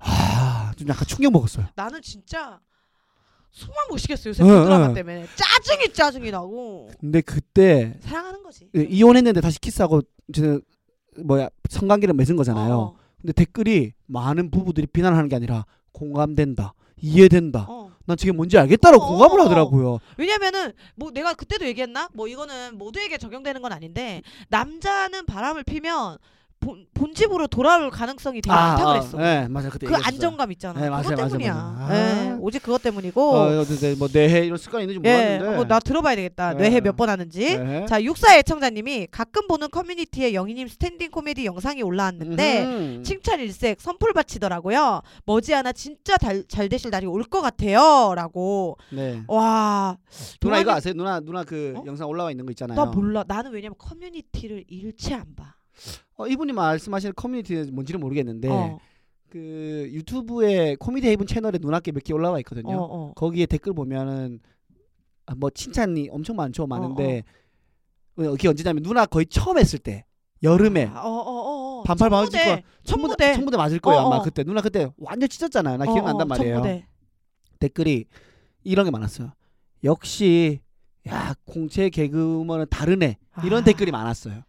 Speaker 2: 거아좀 약간 충격 먹었어요
Speaker 1: 나는 진짜 숨만 못 쉬겠어 요새
Speaker 2: 응,
Speaker 1: 그 드라마
Speaker 2: 응.
Speaker 1: 때문에 짜증이 짜증이 나고
Speaker 2: 근데 그때
Speaker 1: 사랑하는 거지.
Speaker 2: 예, 이혼했는데 다시 키스하고 이제 뭐야 성관계를 맺은 거잖아요
Speaker 1: 어,
Speaker 2: 근데 댓글이 많은 부부들이 비난하는 게 아니라 공감된다 이해된다
Speaker 1: 어.
Speaker 2: 난 저게 뭔지 알겠다라고
Speaker 1: 어,
Speaker 2: 공감을
Speaker 1: 어, 어.
Speaker 2: 하더라고요
Speaker 1: 왜냐면은 뭐 내가 그때도 얘기했나? 뭐 이거는 모두에게 적용되는 건 아닌데 남자는 바람을 피면 본, 본집으로 돌아올 가능성이 되게 많다고 그랬어.
Speaker 2: 네 맞아요 그때
Speaker 1: 그
Speaker 2: 얘기했어요.
Speaker 1: 안정감 있잖아.
Speaker 2: 네, 맞아요,
Speaker 1: 그것
Speaker 2: 맞아요,
Speaker 1: 때문이야.
Speaker 2: 맞아요. 아.
Speaker 1: 예, 오직 그것 때문이고.
Speaker 2: 어, 근데 뭐 뇌해 이런 습관이 있는지
Speaker 1: 예,
Speaker 2: 몰랐는데
Speaker 1: 뭐 나 들어봐야 되겠다.
Speaker 2: 네.
Speaker 1: 뇌해 몇 번 하는지.
Speaker 2: 네.
Speaker 1: 자, 육사 애청자님이 가끔 보는 커뮤니티에 영희님 스탠딩 코미디 영상이 올라왔는데
Speaker 2: 음흠.
Speaker 1: 칭찬 일색 선풀 바치더라고요. 머지않아 진짜 달- 잘 되실 날이 올 것 같아요라고.
Speaker 2: 네.
Speaker 1: 와,
Speaker 2: 누나 이거
Speaker 1: 동안이-
Speaker 2: 아세요? 누나 누나 그
Speaker 1: 어?
Speaker 2: 영상 올라와 있는 거 있잖아요.
Speaker 1: 나 몰라. 나는 왜냐면 커뮤니티를 일체 안 봐.
Speaker 2: 어, 이분이 말씀하시는 커뮤니티 뭔지는 모르겠는데
Speaker 1: 어,
Speaker 2: 그 유튜브에 코미디 헤이븐 채널에 누나께 몇 개 올라와
Speaker 1: 어,
Speaker 2: 있거든요.
Speaker 1: 어.
Speaker 2: 거기에 댓글 보면은 아, 뭐 칭찬이 엄청 많죠, 많은데 어, 그게 언제냐면 누나 거의 처음 했을 때 여름에
Speaker 1: 아, 어, 어, 어.
Speaker 2: 반팔 바지
Speaker 1: 청무대,
Speaker 2: 거야.
Speaker 1: 청무대.
Speaker 2: 청무대 맞을 거예요
Speaker 1: 어,
Speaker 2: 아마
Speaker 1: 어.
Speaker 2: 그때 누나 그때 완전 찢었잖아요. 나
Speaker 1: 어,
Speaker 2: 기억난단
Speaker 1: 어,
Speaker 2: 말이에요.
Speaker 1: 청무대.
Speaker 2: 댓글이 이런 게 많았어요. 역시 야 공채 개그우먼은 다르네 이런
Speaker 1: 아.
Speaker 2: 댓글이 많았어요.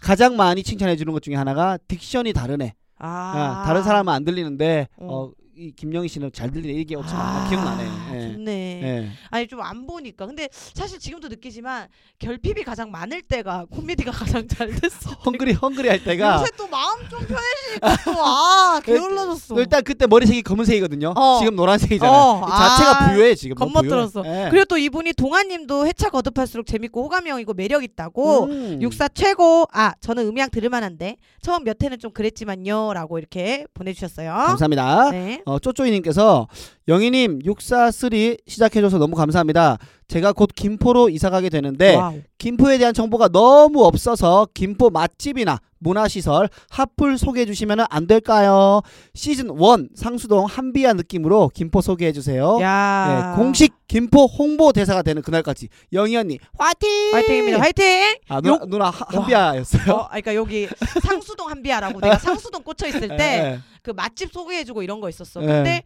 Speaker 2: 가장 많이 칭찬해 주는 것 중에 하나가 딕션이 다르네.
Speaker 1: 아,
Speaker 2: 아, 다른 사람은 안 들리는데
Speaker 1: 어.
Speaker 2: 어, 이 김영희 씨는 잘 들리네 이게 엄청 아, 기억나네. 예.
Speaker 1: 좋네.
Speaker 2: 예.
Speaker 1: 아니 좀 안 보니까 근데 사실 지금도 느끼지만 결핍이 가장 많을 때가 코미디가 가장 잘 됐어.
Speaker 2: 헝그리 헝그리 할 때가
Speaker 1: 요새 또 마음 좀 편해지니까 또아 게을러졌어.
Speaker 2: 일단 그, 그때 머리색이 검은색이거든요.
Speaker 1: 어.
Speaker 2: 지금 노란색이잖아요.
Speaker 1: 어,
Speaker 2: 이 자체가
Speaker 1: 아.
Speaker 2: 부유해 지금. 너무
Speaker 1: 겁먹들었어.
Speaker 2: 부유해. 예.
Speaker 1: 그리고 또 이분이 동아님도 해차 거듭할수록 재밌고 호감형이고 매력 있다고
Speaker 2: 음.
Speaker 1: 육사 최고. 아 저는 음향 들을만한데 처음 몇 회는 좀 그랬지만요라고 이렇게 보내주셨어요.
Speaker 2: 감사합니다.
Speaker 1: 네.
Speaker 2: 어, 쪼쪼이님께서 영희님 643 시작해줘서 너무 감사합니다. 제가 곧 김포로 이사가게 되는데
Speaker 1: 와우.
Speaker 2: 김포에 대한 정보가 너무 없어서 김포 맛집이나 문화시설 핫플 소개해 주시면 안 될까요? 시즌 1 상수동 한비야 느낌으로 김포 소개해 주세요.
Speaker 1: 야.
Speaker 2: 예, 공식 김포 홍보 대사가 되는 그날까지 영희 언니 화이팅!
Speaker 1: 화이팅입니다. 화이팅.
Speaker 2: 아 누나,
Speaker 1: 요-
Speaker 2: 누나 하- 한비야였어요.
Speaker 1: 어, 아, 그러니까 여기 상수동 한비야라고 내가 상수동 꽂혀 있을 때
Speaker 2: 예,
Speaker 1: 그
Speaker 2: 예.
Speaker 1: 맛집 소개해주고 이런 거 있었어.
Speaker 2: 예.
Speaker 1: 근데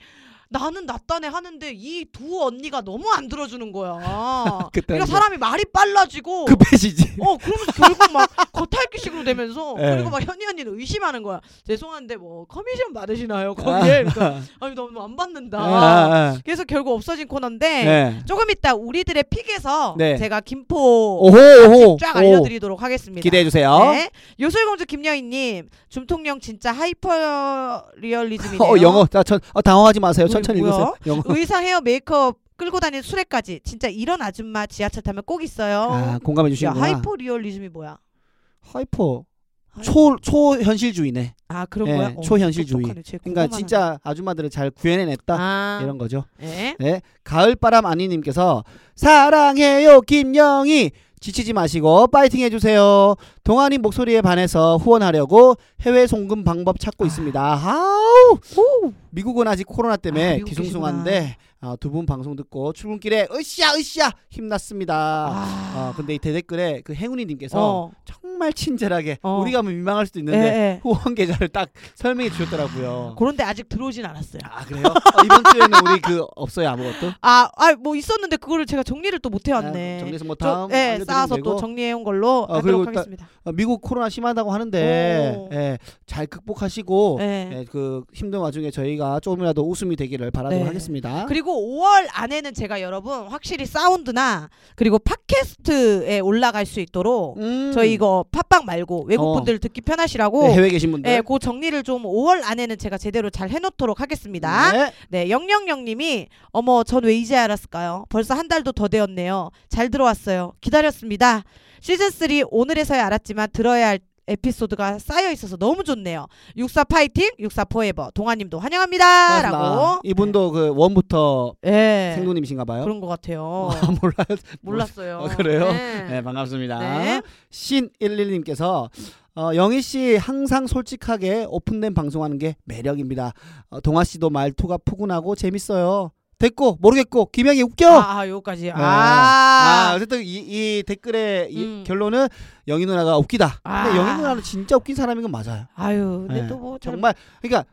Speaker 1: 나는 낫다네 하는데 이 두 언니가 너무 안 들어주는 거야.
Speaker 2: 그때
Speaker 1: 그러니까 사람이 말이 빨라지고.
Speaker 2: 그 급해지지.
Speaker 1: 어 그러면서 결국 막 겉핥기식으로 되면서
Speaker 2: 예.
Speaker 1: 그리고 막 현이 언니는 의심하는 거야 죄송한데 뭐 커미션 받으시나요 거기에 그러니까 아니 너무 안 받는다
Speaker 2: 아, 아.
Speaker 1: 그래서 결국 없어진 코너인데
Speaker 2: 네.
Speaker 1: 조금 이따 우리들의 픽에서
Speaker 2: 네.
Speaker 1: 제가 김포
Speaker 2: 오호 오호
Speaker 1: 아, 쫙
Speaker 2: 오.
Speaker 1: 알려드리도록 하겠습니다
Speaker 2: 기대해 주세요.
Speaker 1: 네. 요술공주 김여희님 줌통령 진짜 하이퍼 리얼리즘이네요.
Speaker 2: 어, 영어. 자, 천, 어, 당황하지 마세요.
Speaker 1: 뭐,
Speaker 2: 천천히
Speaker 1: 뭐야?
Speaker 2: 읽으세요. 영어.
Speaker 1: 의상 헤어 메이크업 끌고 다니는 수레까지 진짜 이런 아줌마 지하철 타면 꼭 있어요.
Speaker 2: 아,
Speaker 1: 야,
Speaker 2: 공감해 주시는구나.
Speaker 1: 하이퍼 리얼리즘이 뭐야?
Speaker 2: 하이퍼. 초 초현실주의네.
Speaker 1: 아 그런
Speaker 2: 예,
Speaker 1: 거야? 어,
Speaker 2: 초현실주의.
Speaker 1: 똑똑하네. 쟤
Speaker 2: 그러니까
Speaker 1: 궁금하네.
Speaker 2: 진짜 아줌마들을 잘 구해내냈다.
Speaker 1: 아,
Speaker 2: 이런 거죠.
Speaker 1: 예.
Speaker 2: 네. 가을바람 아니님께서 사랑해요 김영희 지치지 마시고 파이팅 해주세요. 동아님 목소리에 반해서 후원하려고 해외 송금 방법 찾고 있습니다. 아우 미국은 아직 코로나
Speaker 1: 아,
Speaker 2: 때문에
Speaker 1: 미국
Speaker 2: 뒤숭숭한데 어, 두 분 방송 듣고 출근길에 으쌰 으쌰 힘났습니다.
Speaker 1: 아,
Speaker 2: 어, 근데 이 대댓글에 그 행운이님께서
Speaker 1: 어,
Speaker 2: 정말 친절하게
Speaker 1: 어.
Speaker 2: 우리가 뭐 민망할
Speaker 1: 예,
Speaker 2: 수도 있는데
Speaker 1: 예.
Speaker 2: 후원 계좌를 딱 설명해 주셨더라고요.
Speaker 1: 그런데 아직 들어오진 않았어요.
Speaker 2: 아 그래요? 어, 이번 주에는 우리 그 없어요 아무것도?
Speaker 1: 아, 아, 뭐 있었는데 그거를 제가 정리를 또 못 해왔네.
Speaker 2: 아, 정리해서 뭐
Speaker 1: 저,
Speaker 2: 다음
Speaker 1: 예,
Speaker 2: 알려드리면
Speaker 1: 쌓아서
Speaker 2: 되고.
Speaker 1: 또 정리해온 걸로
Speaker 2: 아, 그리고
Speaker 1: 하도록
Speaker 2: 일단-
Speaker 1: 하겠습니다.
Speaker 2: 어, 미국 코로나 심하다고 하는데
Speaker 1: 오.
Speaker 2: 예, 잘 극복하시고
Speaker 1: 예.
Speaker 2: 예, 그 힘든 와중에 저희가 조금이라도 웃음이 되기를 바라도록
Speaker 1: 네.
Speaker 2: 하겠습니다.
Speaker 1: 그리고 5월 안에는 제가 여러분 확실히 사운드나 그리고 팟캐스트에 올라갈 수 있도록
Speaker 2: 음.
Speaker 1: 저희 이거 팟빵 말고
Speaker 2: 어.
Speaker 1: 외국 분들 듣기 편하시라고
Speaker 2: 네,
Speaker 1: 네,
Speaker 2: 해외 계신 분들
Speaker 1: 그 정리를 좀 5월 안에는 제가 제대로 잘 해놓도록 하겠습니다.
Speaker 2: 네.
Speaker 1: 네, 영영영님이 어머 전 왜 이제 알았을까요? 벌써 한 달도 더 되었네요. 잘 들어왔어요. 기다렸습니다. 시즌 3 오늘에서야 알았지만 들어야 할 에피소드가 쌓여 있어서 너무 좋네요. 육사 파이팅, 육사 포에버. 동아님도 환영합니다라고.
Speaker 2: 이분도 그 원부터
Speaker 1: 예.
Speaker 2: 생도님이신가 봐요.
Speaker 1: 그런 것 같아요.
Speaker 2: 아, 몰라요.
Speaker 1: 몰랐어요.
Speaker 2: 어, 그래요?
Speaker 1: 네.
Speaker 2: 네, 반갑습니다.
Speaker 1: 네.
Speaker 2: 신11님께서 어, 영희 씨 항상 솔직하게 오픈된 방송하는 게 매력입니다. 어, 동아 씨도 말투가 푸근하고 재밌어요. 됐고 모르겠고 김영희 웃겨.
Speaker 1: 아, 아, 여기까지.
Speaker 2: 네. 아,
Speaker 1: 아.
Speaker 2: 어쨌든 이, 이 댓글의 이
Speaker 1: 음.
Speaker 2: 결론은 영희 누나가 웃기다. 근데
Speaker 1: 아.
Speaker 2: 영희 누나는 진짜 웃긴 사람인 건 맞아요.
Speaker 1: 아. 유 근데
Speaker 2: 네.
Speaker 1: 또 뭐 음. 어, 잘-
Speaker 2: 정말 그러니까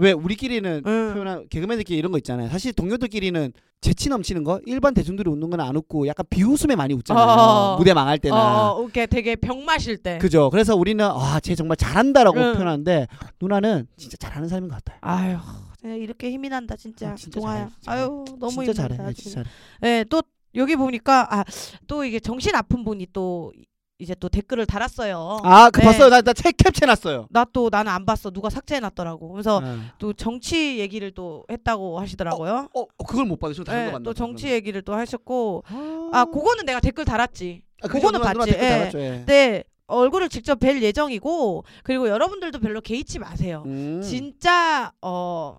Speaker 2: 왜 우리끼리는
Speaker 1: 응.
Speaker 2: 표현한 개그맨들끼리 이런 거 있잖아요. 사실 동료들끼리는 재치 넘치는 거 일반 대중들이 웃는 건 안 웃고 약간 비웃음에 많이 웃잖아요.
Speaker 1: 어.
Speaker 2: 무대 망할 때나.
Speaker 1: 어, 네. 이렇게 되게 병 마실 때.
Speaker 2: 그죠. 그래서 우리는 아, 쟤 정말 잘한다라고
Speaker 1: 응.
Speaker 2: 표현하는데 누나는 진짜 잘하는 사람인 것 같아요.
Speaker 1: 아유. 네, 이렇게 힘이 난다 진짜.
Speaker 2: 아, 진짜
Speaker 1: 동아야.
Speaker 2: 잘해, 잘해.
Speaker 1: 아유, 너무
Speaker 2: 진짜
Speaker 1: 힘이
Speaker 2: 잘해.
Speaker 1: 난다,
Speaker 2: 네, 진짜 잘해.
Speaker 1: 예, 또 여기 보니까 아 또 이게 정신 아픈 분이 또 이제 또 댓글을 달았어요.
Speaker 2: 아, 그
Speaker 1: 네.
Speaker 2: 봤어요. 나 나책 캡쳐놨어요.
Speaker 1: 나 또 나는 안 봤어. 누가 삭제해 놨더라고. 그래서
Speaker 2: 네.
Speaker 1: 또 정치 얘기를 또 했다고 하시더라고요.
Speaker 2: 어, 그걸 못 봐서 다른 거
Speaker 1: 예,
Speaker 2: 봤나?
Speaker 1: 또
Speaker 2: 봐요,
Speaker 1: 정치 얘기를 또 하셨고
Speaker 2: 그러면.
Speaker 1: 아 그거는 내가 댓글 달았지.
Speaker 2: 아, 그죠.
Speaker 1: 그거는
Speaker 2: 누나, 누나
Speaker 1: 봤지.
Speaker 2: 댓글
Speaker 1: 예.
Speaker 2: 달았죠, 예.
Speaker 1: 네 얼굴을 직접 뵐 예정이고 그리고 여러분들도 별로 개의치 마세요.
Speaker 2: 음.
Speaker 1: 진짜 어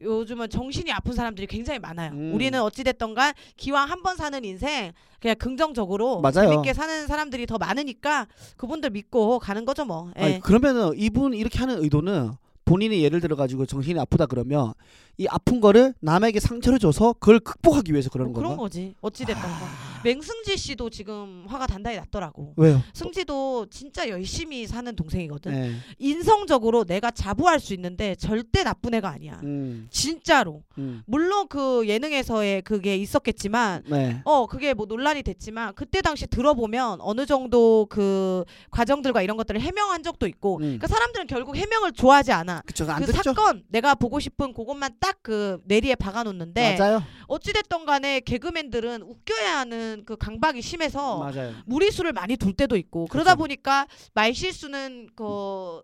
Speaker 1: 요즘은 정신이 아픈 사람들이 굉장히 많아요.
Speaker 2: 음.
Speaker 1: 우리는 어찌됐던간 기왕 한 번 사는 인생 그냥 긍정적으로
Speaker 2: 맞아요.
Speaker 1: 재밌게 사는 사람들이 더 많으니까 그분들 믿고 가는 거죠 뭐. 예.
Speaker 2: 아니, 그러면은 이분 이렇게 하는 의도는 본인이 예를 들어 가지고 정신이 아프다 그러면 이 아픈 거를 남에게 상처를 줘서 그걸 극복하기 위해서 그러는
Speaker 1: 뭐 그런
Speaker 2: 건가? 아.
Speaker 1: 거지. 어찌됐던가. 맹승지 씨도 지금 화가 단단히 났더라고.
Speaker 2: 왜요?
Speaker 1: 승지도 진짜 열심히 사는 동생이거든.
Speaker 2: 네.
Speaker 1: 인성적으로 내가 자부할 수 있는데 절대 나쁜 애가 아니야.
Speaker 2: 음,
Speaker 1: 진짜로.
Speaker 2: 음.
Speaker 1: 물론 그 예능에서의 그게 있었겠지만
Speaker 2: 네.
Speaker 1: 어 그게 뭐 논란이 됐지만 그때 당시 들어보면 어느 정도 그 과정들과 이런 것들을 해명한 적도 있고
Speaker 2: 음.
Speaker 1: 그러니까 사람들은 결국 해명을 좋아하지 않아
Speaker 2: 그쵸. 안
Speaker 1: 그
Speaker 2: 듣죠?
Speaker 1: 사건 내가 보고 싶은 그것만 딱 그 내리에 박아놓는데
Speaker 2: 맞아요.
Speaker 1: 어찌됐던 간에 개그맨들은 웃겨야 하는 그 강박이 심해서
Speaker 2: 맞아요.
Speaker 1: 무리수를 많이 둘 때도 있고 그러다
Speaker 2: 그렇죠.
Speaker 1: 보니까 말실수는 그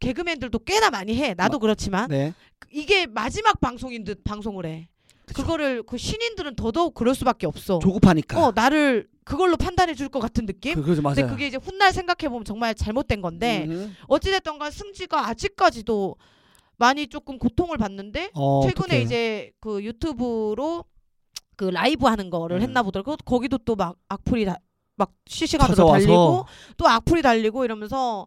Speaker 1: 개그맨들도 꽤나 많이 해 나도 그렇지만
Speaker 2: 네.
Speaker 1: 이게 마지막 방송인 듯 방송을 해
Speaker 2: 그쵸.
Speaker 1: 그거를 그 신인들은 더더욱 그럴 수밖에 없어
Speaker 2: 조급하니까.
Speaker 1: 어 나를 그걸로 판단해 줄 것 같은 느낌.
Speaker 2: 그, 그죠 맞아요.
Speaker 1: 근데 그게 네. 그 이제 훗날 생각해 보면 정말 잘못된 건데
Speaker 2: 음.
Speaker 1: 어찌됐던간 승지가 아직까지도 많이 조금 고통을 받는데
Speaker 2: 어,
Speaker 1: 최근에
Speaker 2: 어떡해.
Speaker 1: 이제 그 유튜브로 그 라이브 하는 거를
Speaker 2: 음.
Speaker 1: 했나 보더라고. 거기도 또 막 악플이 다, 막 실시간으로
Speaker 2: 찾아와서.
Speaker 1: 달리고 또 악플이 달리고 이러면서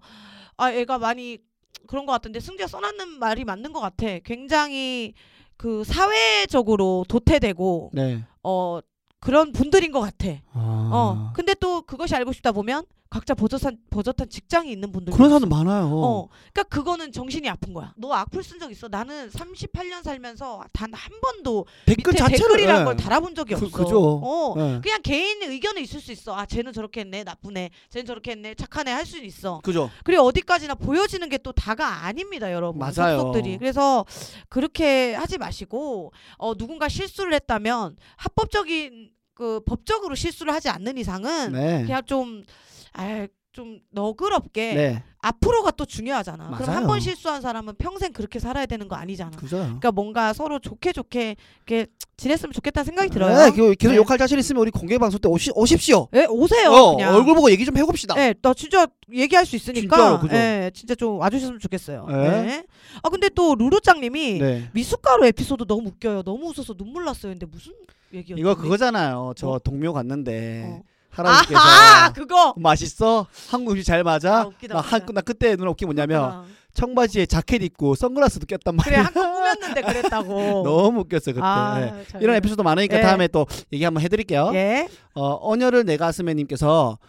Speaker 1: 아 애가 많이 그런 것 같은데 승지가 써놨는 말이 맞는 것 같아. 굉장히 그 사회적으로 도태되고
Speaker 2: 네.
Speaker 1: 어 그런 분들인 것 같아. 어.
Speaker 2: 아.
Speaker 1: 근데 또 그것이 알고 싶다 보면 각자 버젓한 버젓한 직장이 있는 분들.
Speaker 2: 그런 사람도 많아요.
Speaker 1: 어. 그러니까 그거는 정신이 아픈 거야. 너 악플 쓴 적 있어? 나는 38년 살면서 단 한 번도
Speaker 2: 댓글
Speaker 1: 밑에
Speaker 2: 자체를
Speaker 1: 댓글이란
Speaker 2: 예.
Speaker 1: 걸 달아본 적이
Speaker 2: 그-
Speaker 1: 없어.
Speaker 2: 그죠.
Speaker 1: 어.
Speaker 2: 예.
Speaker 1: 그냥 개인 의견은 있을 수 있어. 아, 쟤는 저렇게 했네. 나쁜 애. 쟤는 저렇게 했네. 착한 애 할 수는 있어.
Speaker 2: 그죠.
Speaker 1: 그리고 어디까지나 보여지는 게 또 다가 아닙니다, 여러분.
Speaker 2: 맞아요.
Speaker 1: 속속들이. 그래서 그렇게 하지 마시고 어, 누군가 실수를 했다면 합법적인 그 법적으로 실수를 하지 않는 이상은
Speaker 2: 네.
Speaker 1: 음. 그냥 좀, 아, 좀 너그럽게
Speaker 2: 네.
Speaker 1: 앞으로가 또 중요하잖아. 그럼
Speaker 2: 맞아요.
Speaker 1: 한 번 실수한 사람은 평생 그렇게 살아야 되는 거 아니잖아.
Speaker 2: 그죠.
Speaker 1: 그러니까 뭔가 서로 좋게 좋게 이렇게 지냈으면 좋겠다는 생각이 들어요.
Speaker 2: 네, 그- 계속
Speaker 1: 네.
Speaker 2: 욕할 자신 있으면 우리 공개 방송 때 오시, 오십시오.
Speaker 1: 예, 오세요.
Speaker 2: 어,
Speaker 1: 그냥.
Speaker 2: 얼굴 보고 얘기 좀 해봅시다.
Speaker 1: 예, 나 진짜 얘기할 수 있으니까.
Speaker 2: 진짜로, 그죠?
Speaker 1: 예, 진짜 좀 와주셨으면 좋겠어요.
Speaker 2: 예.
Speaker 1: 예. 아 근데 또 루루짱님이
Speaker 2: 네.
Speaker 1: 미숫가루 에피소드 너무 웃겨요. 너무 웃어서 눈물 났어요. 근데 무슨 얘기였죠?
Speaker 2: 이거 그거잖아요. 저
Speaker 1: 어.
Speaker 2: 동묘 갔는데
Speaker 1: 어.
Speaker 2: 할아버지께서
Speaker 1: 아하 그거.
Speaker 2: 맛있어? 한국 음식 잘 맞아?
Speaker 1: 아, 웃기다,
Speaker 2: 나, 한,
Speaker 1: 웃기다.
Speaker 2: 나 그때 눈에 웃긴 뭐냐면
Speaker 1: 아,
Speaker 2: 청바지에 자켓 입고 선글라스도 꼈단
Speaker 1: 그래
Speaker 2: 말이야.
Speaker 1: 한껏 꾸몄는데 그랬다고.
Speaker 2: 너무 웃겼어요 그때.
Speaker 1: 아,
Speaker 2: 네.
Speaker 1: 잘
Speaker 2: 이런 에피소드 많으니까
Speaker 1: 예.
Speaker 2: 다음에 또 얘기 한번 해드릴게요.
Speaker 1: 예.
Speaker 2: 어, 언열을 내 가슴에님께서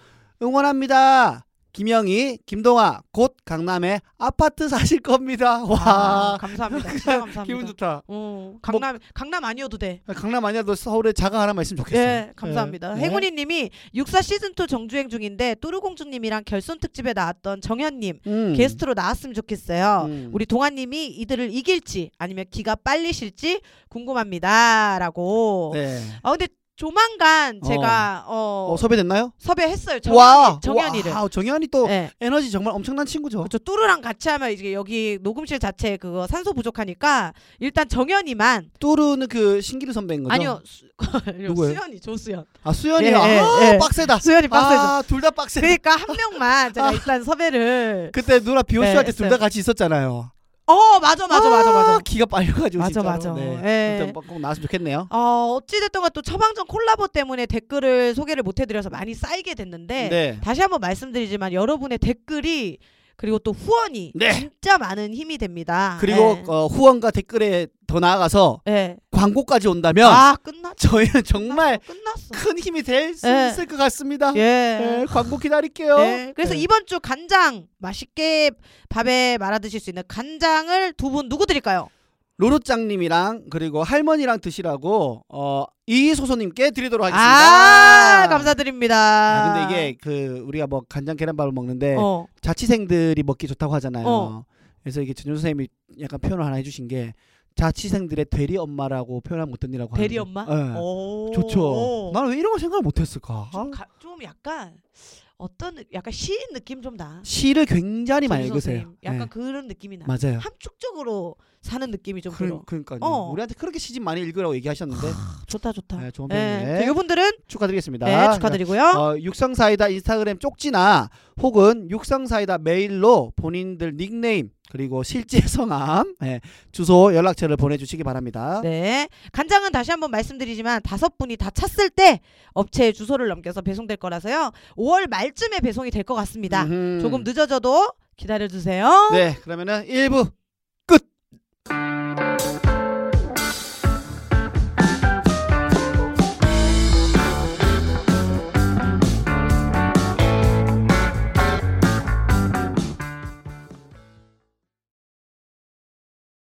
Speaker 2: 응원합니다. 김영희, 김동아 곧 강남에 아파트 사실 겁니다.
Speaker 1: 아,
Speaker 2: 와그
Speaker 1: 감사합니다. 진짜 감사합니다.
Speaker 2: 기분 좋다.
Speaker 1: 어, 강남 강남 아니어도 돼.
Speaker 2: 강남 아니라도 서울에 자가 하나만 있으면 좋겠어요.
Speaker 1: 예, 감사합니다.
Speaker 2: 네.
Speaker 1: 행운이님이 육사 시즌 2 정주행 중인데 또르공주님이랑 결선 특집에 나왔던 정현님
Speaker 2: 음.
Speaker 1: 게스트로 나왔으면 좋겠어요.
Speaker 2: 음.
Speaker 1: 우리 동아님이 이들을 이길지 아니면 기가 빨리실지 궁금합니다라고.
Speaker 2: 네.
Speaker 1: 아 근데 조만간
Speaker 2: 어.
Speaker 1: 제가 어,
Speaker 2: 어, 섭외됐나요?
Speaker 1: 섭외했어요.
Speaker 2: 와,
Speaker 1: 정현이, 정현이를.
Speaker 2: 와, 정현이 또
Speaker 1: 네.
Speaker 2: 에너지 정말 엄청난 친구죠.
Speaker 1: 그렇죠. 뚜루랑 같이 하면 이제 여기 녹음실 자체 그거 산소 부족하니까 일단 정현이만
Speaker 2: 뚜루는 그 신기루 선배인 거죠.
Speaker 1: 아니요 수,
Speaker 2: 누구예요?
Speaker 1: 수연이 조수연
Speaker 2: 아 수연이
Speaker 1: 예,
Speaker 2: 아,
Speaker 1: 예,
Speaker 2: 아,
Speaker 1: 예.
Speaker 2: 빡세다.
Speaker 1: 수연이 빡세죠.
Speaker 2: 아, 둘 다 빡세. 다
Speaker 1: 그러니까 한 명만 제가 일단 섭외를
Speaker 2: 그때 누나 비오쇼
Speaker 1: 네,
Speaker 2: 할 때 둘 다
Speaker 1: 했어요.
Speaker 2: 같이 있었잖아요.
Speaker 1: 어 맞아 맞아 맞아
Speaker 2: 아,
Speaker 1: 맞아
Speaker 2: 기가 빨려가지고
Speaker 1: 맞아,
Speaker 2: 진짜로.
Speaker 1: 맞아.
Speaker 2: 네.
Speaker 1: 예.
Speaker 2: 일단 꼭 나왔으면 좋겠네요.
Speaker 1: 어 어찌됐던가 또 처방전 콜라보 때문에 댓글을 소개를 못해드려서 많이 쌓이게 됐는데
Speaker 2: 네.
Speaker 1: 다시 한번 말씀드리지만 여러분의 댓글이 그리고 또 후원이
Speaker 2: 네.
Speaker 1: 진짜 많은 힘이 됩니다.
Speaker 2: 그리고
Speaker 1: 네.
Speaker 2: 어, 후원과 댓글에 더 나아가서
Speaker 1: 네.
Speaker 2: 광고까지 온다면
Speaker 1: 아 끝났어
Speaker 2: 저희는 정말
Speaker 1: 끝났어.
Speaker 2: 큰 힘이 될 수
Speaker 1: 예.
Speaker 2: 있을 것 같습니다.
Speaker 1: 예.
Speaker 2: 네, 광고 기다릴게요.
Speaker 1: 네. 그래서
Speaker 2: 네.
Speaker 1: 이번 주 간장 맛있게 밥에 말아 드실 수 있는 간장을 두 분 누구 드릴까요?
Speaker 2: 로로짱님이랑 그리고 할머니랑 드시라고 어, 이소소님께 드리도록 하겠습니다.
Speaker 1: 아, 감사드립니다.
Speaker 2: 아, 근데 이게 그 우리가 뭐 간장 계란밥을 먹는데
Speaker 1: 어.
Speaker 2: 자취생들이 먹기 좋다고 하잖아요.
Speaker 1: 어.
Speaker 2: 그래서 이게 전효 선생님이 약간 표현을 하나 해주신 게 자취생들의 대리 엄마라고 표현하면 어떤이라고
Speaker 1: 대리 엄마?
Speaker 2: 네.
Speaker 1: 오.
Speaker 2: 좋죠. 나는 왜 이런 걸 생각을 못했을까?
Speaker 1: 좀, 가- 좀 약간 어떤 약간 시인 느낌 좀 나.
Speaker 2: 시를 굉장히 많이
Speaker 1: 정유 선생님.
Speaker 2: 읽으세요.
Speaker 1: 약간
Speaker 2: 네.
Speaker 1: 그런 느낌이 나.
Speaker 2: 맞아요.
Speaker 1: 함축적으로 사는 느낌이 좀
Speaker 2: 그러,
Speaker 1: 들어.
Speaker 2: 그러니까요.
Speaker 1: 어.
Speaker 2: 우리한테 그렇게 시집 많이 읽으라고 얘기하셨는데
Speaker 1: 좋다 좋다.
Speaker 2: 네, 좋은
Speaker 1: 네.
Speaker 2: 편이네.
Speaker 1: 이분들은
Speaker 2: 축하드리겠습니다.
Speaker 1: 네, 축하드리고요.
Speaker 2: 어, 육성사이다 인스타그램 쪽지나 혹은 육성사이다 메일로 본인들 닉네임 그리고 실제 성함 예, 주소 연락처를 보내주시기 바랍니다.
Speaker 1: 네. 간장은 다시 한번 말씀드리지만 다섯 분이 다 찼을 때 업체의 주소를 넘겨서 배송될 거라서요. 5월 말쯤에 배송이 될 것 같습니다.
Speaker 2: 음흠.
Speaker 1: 조금 늦어져도 기다려 주세요.
Speaker 2: 네 그러면은 1부